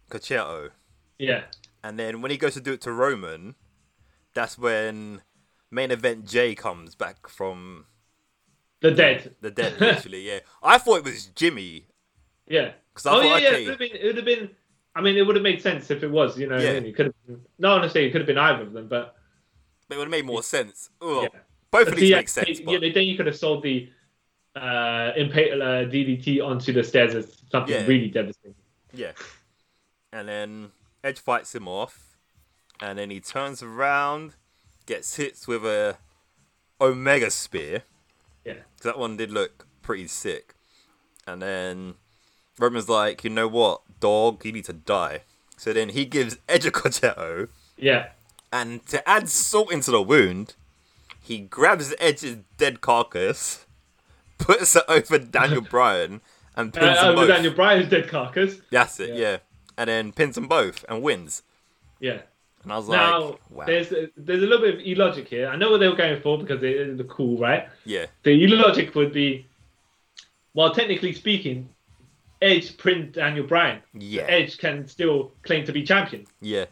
[SPEAKER 1] cachetto.
[SPEAKER 2] Yeah.
[SPEAKER 1] And then when he goes to do it to Roman, that's when main event Jay comes back from
[SPEAKER 2] The dead.
[SPEAKER 1] the dead, literally, yeah. I thought it was Jimmy.
[SPEAKER 2] Yeah.
[SPEAKER 1] 'Cause I
[SPEAKER 2] Oh
[SPEAKER 1] thought,
[SPEAKER 2] yeah, yeah.
[SPEAKER 1] okay.
[SPEAKER 2] It would have been. It would have been. I mean, it would have made sense if it was. You know,
[SPEAKER 1] Yeah.
[SPEAKER 2] it could have. No, honestly, it could have been either of them. But
[SPEAKER 1] It would have made more sense. Ugh.
[SPEAKER 2] Yeah.
[SPEAKER 1] Both of
[SPEAKER 2] But
[SPEAKER 1] these
[SPEAKER 2] yeah,
[SPEAKER 1] make sense,
[SPEAKER 2] you
[SPEAKER 1] but
[SPEAKER 2] know, then you could have sold the uh, impaler DDT onto the stairs as something
[SPEAKER 1] Yeah.
[SPEAKER 2] really devastating.
[SPEAKER 1] yeah. And then Edge fights him off, and then he turns around, gets hit with a Omega spear.
[SPEAKER 2] Yeah.
[SPEAKER 1] Because that one did look pretty sick. And then Roman's like, you know what, dog, you need to die. So then he gives Edge a cachetto,
[SPEAKER 2] Yeah.
[SPEAKER 1] and to add salt into the wound, he grabs Edge's dead carcass, puts it over Daniel Bryan, and pins
[SPEAKER 2] Uh,
[SPEAKER 1] them
[SPEAKER 2] over
[SPEAKER 1] both.
[SPEAKER 2] Daniel Bryan's dead carcass.
[SPEAKER 1] That's it, yeah.
[SPEAKER 2] Yeah.
[SPEAKER 1] And then pins them both and wins.
[SPEAKER 2] Yeah.
[SPEAKER 1] And I was
[SPEAKER 2] Now
[SPEAKER 1] like, wow.
[SPEAKER 2] there's a, there's a little bit of illogic here. I know what they were going for because they, they're cool, right?
[SPEAKER 1] Yeah,
[SPEAKER 2] The illogic would be, well, technically speaking, Edge print Daniel Bryan.
[SPEAKER 1] Yeah.
[SPEAKER 2] Edge can still claim to be champion.
[SPEAKER 1] yeah.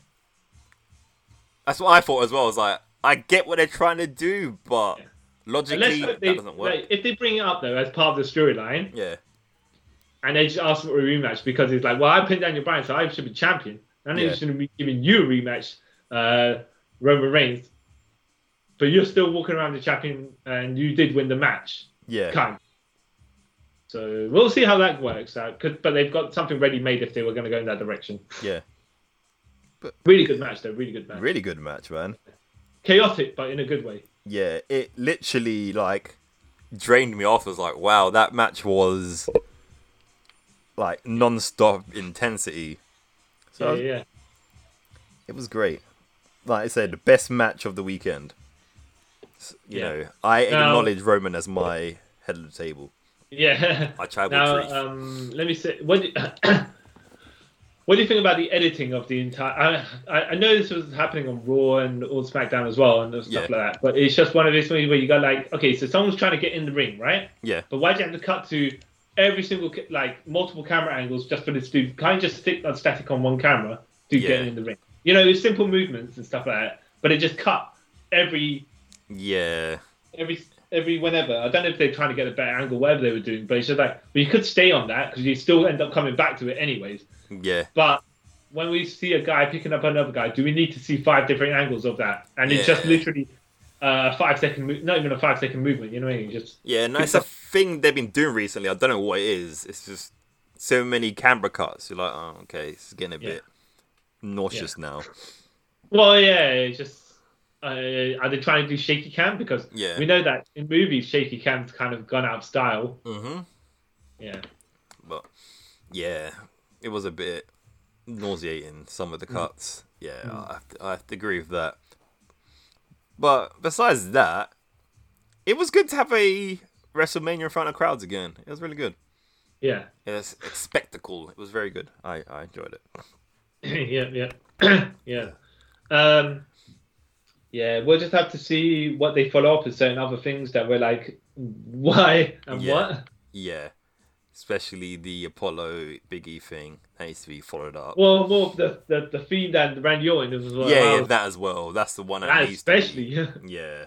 [SPEAKER 1] That's what I thought as well. I was like, I get what they're trying to do, but
[SPEAKER 2] Yeah.
[SPEAKER 1] logically,
[SPEAKER 2] Unless
[SPEAKER 1] that
[SPEAKER 2] they,
[SPEAKER 1] doesn't work.
[SPEAKER 2] like, if they bring it up though as part of the storyline,
[SPEAKER 1] yeah.
[SPEAKER 2] and they just asked for a rematch because it's like, well, I pinned Daniel Bryan, so I should be champion. And they
[SPEAKER 1] Yeah.
[SPEAKER 2] shouldn't be giving you a rematch, uh, Roman Reigns. But you're still walking around the champion, and you did win the match,
[SPEAKER 1] Yeah.
[SPEAKER 2] kind. of. So we'll see how that works out. 'cause- but they've got something ready made if they were going to go in that direction.
[SPEAKER 1] Yeah.
[SPEAKER 2] Really good match, though. Really good match.
[SPEAKER 1] Really good match, man.
[SPEAKER 2] Chaotic, but in a good way.
[SPEAKER 1] Yeah, it literally like drained me off. I was like, wow, that match was like non-stop intensity. So
[SPEAKER 2] Yeah, yeah.
[SPEAKER 1] it was great. Like I said, the best match of the weekend. S- You
[SPEAKER 2] Yeah.
[SPEAKER 1] know, I
[SPEAKER 2] Now-
[SPEAKER 1] acknowledge Roman as my head of the table.
[SPEAKER 2] Yeah.
[SPEAKER 1] I travel
[SPEAKER 2] Now,
[SPEAKER 1] truth.
[SPEAKER 2] um, let me say, what do, what do you think about the editing of the entire? I, I I know this was happening on Raw and all SmackDown as well and stuff
[SPEAKER 1] Yeah.
[SPEAKER 2] like that, but it's just one of those things where you go like, okay, so someone's trying to get in the ring, right?
[SPEAKER 1] Yeah,
[SPEAKER 2] But why do you have to cut to every single ca- like multiple camera angles just for this dude? Can't you just stick on static on one camera to
[SPEAKER 1] Yeah.
[SPEAKER 2] get in the ring? You know, it's simple movements and stuff like that, but it just cut every
[SPEAKER 1] yeah,
[SPEAKER 2] every every whenever. I don't know if they're trying to get a better angle, whatever they were doing, but it's just like, but you could stay on that because you still end up coming back to it anyways.
[SPEAKER 1] yeah,
[SPEAKER 2] But when we see a guy picking up another guy, do we need to see five different angles of that? And it's just
[SPEAKER 1] Yeah.
[SPEAKER 2] literally uh, a five second, mo- not even a five second movement. You know what I mean? Just
[SPEAKER 1] yeah. And it's a thing they've been doing recently. I don't know what it is. It's just so many camera cuts. You're like, oh, okay, it's getting a
[SPEAKER 2] Yeah.
[SPEAKER 1] bit nauseous now.
[SPEAKER 2] well, yeah, it's just. Uh, are they trying to do shaky cam? Because
[SPEAKER 1] Yeah.
[SPEAKER 2] we know that in movies, shaky cam's kind of gone out of style.
[SPEAKER 1] Mm-hmm.
[SPEAKER 2] Yeah.
[SPEAKER 1] But yeah, it was a bit nauseating. Some of the cuts. Yeah, I, have to, I have to agree with that. But besides that, it was good to have a WrestleMania in front of crowds again. It was really good.
[SPEAKER 2] Yeah.
[SPEAKER 1] It was a spectacle. It was very good. I, I enjoyed it.
[SPEAKER 2] yeah, yeah, yeah. Um, yeah, we'll just have to see what they follow up with certain other things that we're like, why and
[SPEAKER 1] Yeah.
[SPEAKER 2] what?
[SPEAKER 1] Yeah. Especially the Apollo Big E thing. That needs to be followed up.
[SPEAKER 2] Well, more of the the, the feed and the Randy Orton as well.
[SPEAKER 1] yeah, yeah,
[SPEAKER 2] Wow,
[SPEAKER 1] that as well. That's the one that
[SPEAKER 2] that
[SPEAKER 1] needs to be-
[SPEAKER 2] especially. Yeah.
[SPEAKER 1] Yeah.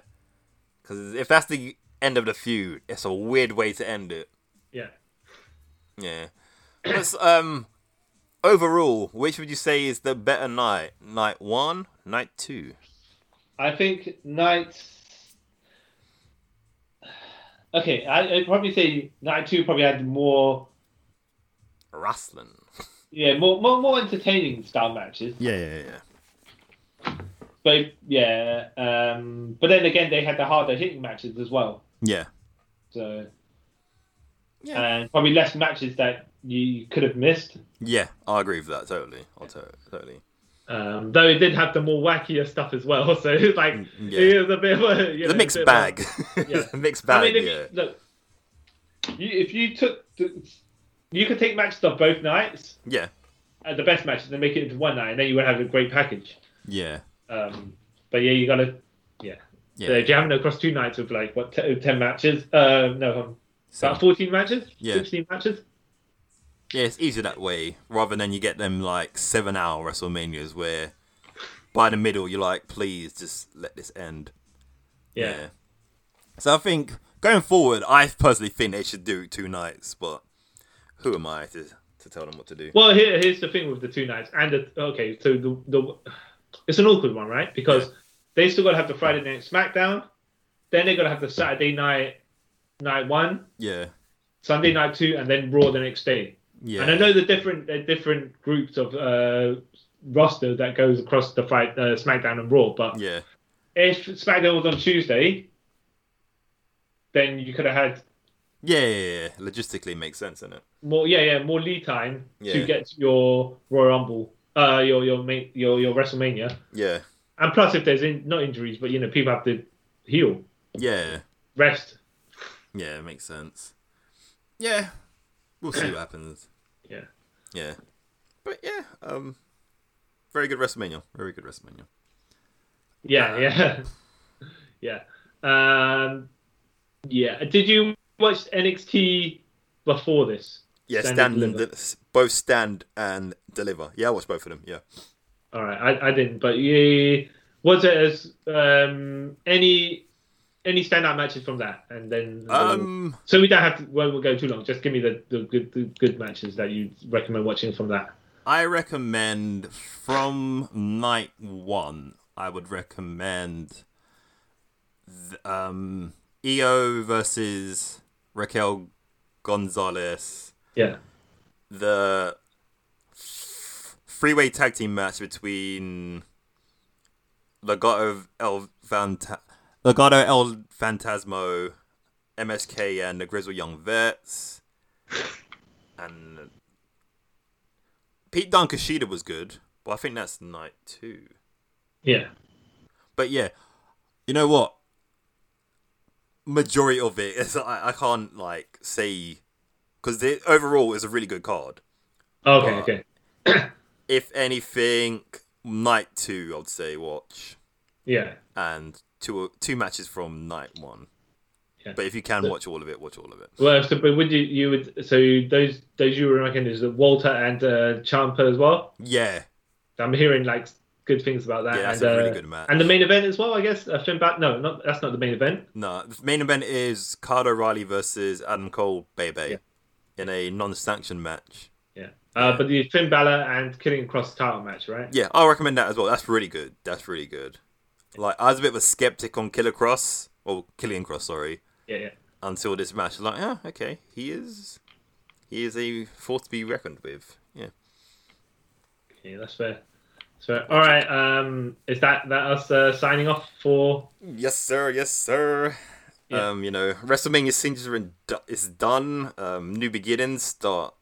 [SPEAKER 1] Because if that's the end of the feud, it's a weird way to end it.
[SPEAKER 2] yeah.
[SPEAKER 1] Yeah. Let's, um, overall, which would you say is the better night? Night one, night two?
[SPEAKER 2] I think night. Okay, I, I'd probably say night two probably had more,
[SPEAKER 1] Wrestling.
[SPEAKER 2] yeah, more more more entertaining style matches.
[SPEAKER 1] Yeah, yeah, yeah.
[SPEAKER 2] But yeah, um, but then again, they had the harder hitting matches as well.
[SPEAKER 1] Yeah.
[SPEAKER 2] So
[SPEAKER 1] Yeah.
[SPEAKER 2] and probably less matches that you could have missed.
[SPEAKER 1] Yeah, I agree with that totally. I'll to- totally.
[SPEAKER 2] Um, though it did have the more wackier stuff as well, so it's like
[SPEAKER 1] Mm, yeah.
[SPEAKER 2] it was a bit of a, you
[SPEAKER 1] It's a
[SPEAKER 2] know,
[SPEAKER 1] mixed
[SPEAKER 2] bit of a-
[SPEAKER 1] bag. it's a mixed bag,
[SPEAKER 2] I mean, if
[SPEAKER 1] yeah.
[SPEAKER 2] you, look, you, if you took the, you could take matches of both nights,
[SPEAKER 1] Yeah.
[SPEAKER 2] uh, the best matches, and make it into one night, and then you would have a great package.
[SPEAKER 1] Yeah.
[SPEAKER 2] Um, but yeah, you gotta, yeah.
[SPEAKER 1] Yeah.
[SPEAKER 2] So if you're having it across two nights of like what te- ten matches, uh, no, um, about fourteen matches,
[SPEAKER 1] Yeah.
[SPEAKER 2] sixteen matches,
[SPEAKER 1] Yeah, it's easier that way rather than you get them like seven hour WrestleManias where by the middle you're like, please just let this end.
[SPEAKER 2] yeah.
[SPEAKER 1] So I think going forward, I personally think they should do two nights, but who am I to, to tell them what to do?
[SPEAKER 2] Well, here, here's the thing with the two nights and the okay. So the the it's an awkward one, right? Because they still got to have the Friday night SmackDown, then they got to have the Saturday night night one,
[SPEAKER 1] Yeah.
[SPEAKER 2] Sunday night two, and then Raw the next day.
[SPEAKER 1] Yeah.
[SPEAKER 2] And I know the different the different groups of uh, roster that goes across the fight uh, SmackDown and Raw, but
[SPEAKER 1] Yeah.
[SPEAKER 2] if SmackDown was on Tuesday, then you could have had
[SPEAKER 1] Yeah, yeah, yeah. Logistically it makes sense, innit?
[SPEAKER 2] more yeah yeah more lead time
[SPEAKER 1] Yeah.
[SPEAKER 2] to get your Royal Rumble uh your your main, your your WrestleMania.
[SPEAKER 1] Yeah.
[SPEAKER 2] And plus, if there's in, not injuries, but you know, people have to heal,
[SPEAKER 1] Yeah.
[SPEAKER 2] rest.
[SPEAKER 1] Yeah, it makes sense. Yeah. We'll see what happens.
[SPEAKER 2] Yeah.
[SPEAKER 1] Yeah. But yeah, um very good WrestleMania. Very good WrestleMania.
[SPEAKER 2] Yeah, yeah, yeah. Um, yeah. Did you watch NXT before this?
[SPEAKER 1] Yeah,
[SPEAKER 2] Stand
[SPEAKER 1] stand,
[SPEAKER 2] and
[SPEAKER 1] and
[SPEAKER 2] deliver.
[SPEAKER 1] de- both stand and deliver. Yeah, I watched both of them. Yeah.
[SPEAKER 2] All right, I, I didn't, but yeah, was it as um, any any standout matches from that, and then
[SPEAKER 1] Um,
[SPEAKER 2] so we don't have to. Well, we're going too long. Just give me the, the good the good matches that you recommend watching from that.
[SPEAKER 1] I recommend from night one. I would recommend th- um, EO versus Raquel Gonzalez,
[SPEAKER 2] Yeah,
[SPEAKER 1] the freeway tag team match between Legado El Fanta- Legado El Fantasmo, MSK, and the Grizzle Young Vets, and Pete Dunne Kushida was good, but I think that's night two.
[SPEAKER 2] yeah,
[SPEAKER 1] But yeah, you know what? Majority of it is I, I can't like say because overall is a really good card.
[SPEAKER 2] okay,
[SPEAKER 1] Uh,
[SPEAKER 2] okay,
[SPEAKER 1] if anything, night two, I'd say watch,
[SPEAKER 2] yeah,
[SPEAKER 1] and two two matches from night one.
[SPEAKER 2] Yeah.
[SPEAKER 1] But if you can watch all of it, watch all of it.
[SPEAKER 2] Well, so, but would you you would so those those you were recommending is Walter and uh, Champa as well.
[SPEAKER 1] Yeah,
[SPEAKER 2] I'm hearing like good things about that.
[SPEAKER 1] Yeah, that's
[SPEAKER 2] and,
[SPEAKER 1] a really
[SPEAKER 2] uh,
[SPEAKER 1] good match.
[SPEAKER 2] And the main event as well, I guess. Uh, Finn Balor. No, not that's not the main event.
[SPEAKER 1] no. The main event is Card O'Reilly versus Adam Cole, Bebe,
[SPEAKER 2] Yeah.
[SPEAKER 1] in a non-sanctioned match.
[SPEAKER 2] Yeah. Uh, but the Finn Balor and Killing Cross title match, right?
[SPEAKER 1] Yeah, I'll recommend that as well. That's really good. That's really good. Like I was a bit of a skeptic on Killer Cross, or Killian Cross, sorry,
[SPEAKER 2] Yeah, yeah.
[SPEAKER 1] until this match. Like, yeah, okay, he is, he is a force to be reckoned with. Yeah.
[SPEAKER 2] Yeah, that's fair. So, all right. Um, is that that us uh, signing off for?
[SPEAKER 1] Yes, sir. Yes, sir.
[SPEAKER 2] Yeah.
[SPEAKER 1] Um, you know, WrestleMania scenes are in, do- is done. Um, new beginnings start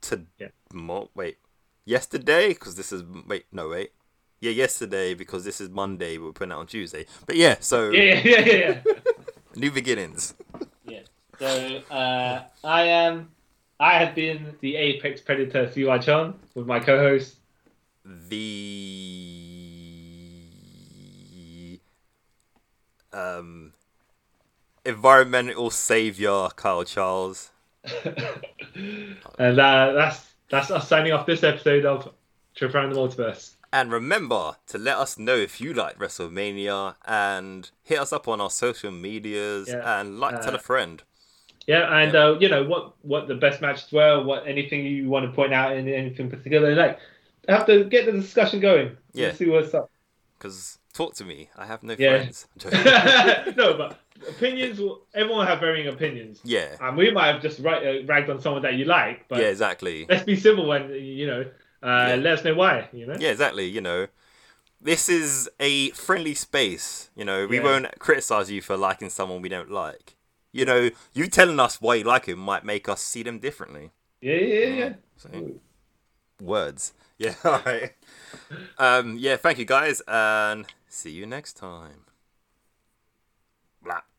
[SPEAKER 1] to
[SPEAKER 2] Yeah.
[SPEAKER 1] mo- wait yesterday because this is wait no wait yeah yesterday because this is Monday. We're putting out on Tuesday, but yeah. So
[SPEAKER 2] Yeah, yeah, yeah, yeah.
[SPEAKER 1] new beginnings.
[SPEAKER 2] yeah. So uh, I am. I have been the Apex Predator CY Chan with my co-host.
[SPEAKER 1] The um environmental savior Kyle Charles.
[SPEAKER 2] And uh, that's that's us signing off this episode of Trip Around the Multiverse.
[SPEAKER 1] And remember to let us know if you like WrestleMania and hit us up on our social medias
[SPEAKER 2] Yeah,
[SPEAKER 1] and like tell
[SPEAKER 2] uh,
[SPEAKER 1] a friend.
[SPEAKER 2] Yeah, and uh, you know what what the best matches were, what anything you want to point out in anything particular, like have to get the discussion going.
[SPEAKER 1] Yeah.
[SPEAKER 2] Let's see what's up.
[SPEAKER 1] Because talk to me, I have no
[SPEAKER 2] Yeah.
[SPEAKER 1] friends. I'm joking.
[SPEAKER 2] no, but opinions. will- Everyone will have varying opinions.
[SPEAKER 1] yeah,
[SPEAKER 2] And we might have just right, uh, ragged on someone that you like, but
[SPEAKER 1] yeah, exactly.
[SPEAKER 2] let's be civil and you know, uh,
[SPEAKER 1] Yeah.
[SPEAKER 2] let us know why. You know.
[SPEAKER 1] Yeah, exactly. You know, this is a friendly space. You know, we
[SPEAKER 2] Yeah.
[SPEAKER 1] won't criticize you for liking someone we don't like. You know, you telling us why you like him might make us see them differently.
[SPEAKER 2] Yeah, yeah, yeah. yeah.
[SPEAKER 1] So, words. Yeah, alright. Um, yeah, thank you guys, and see you next time. Blah.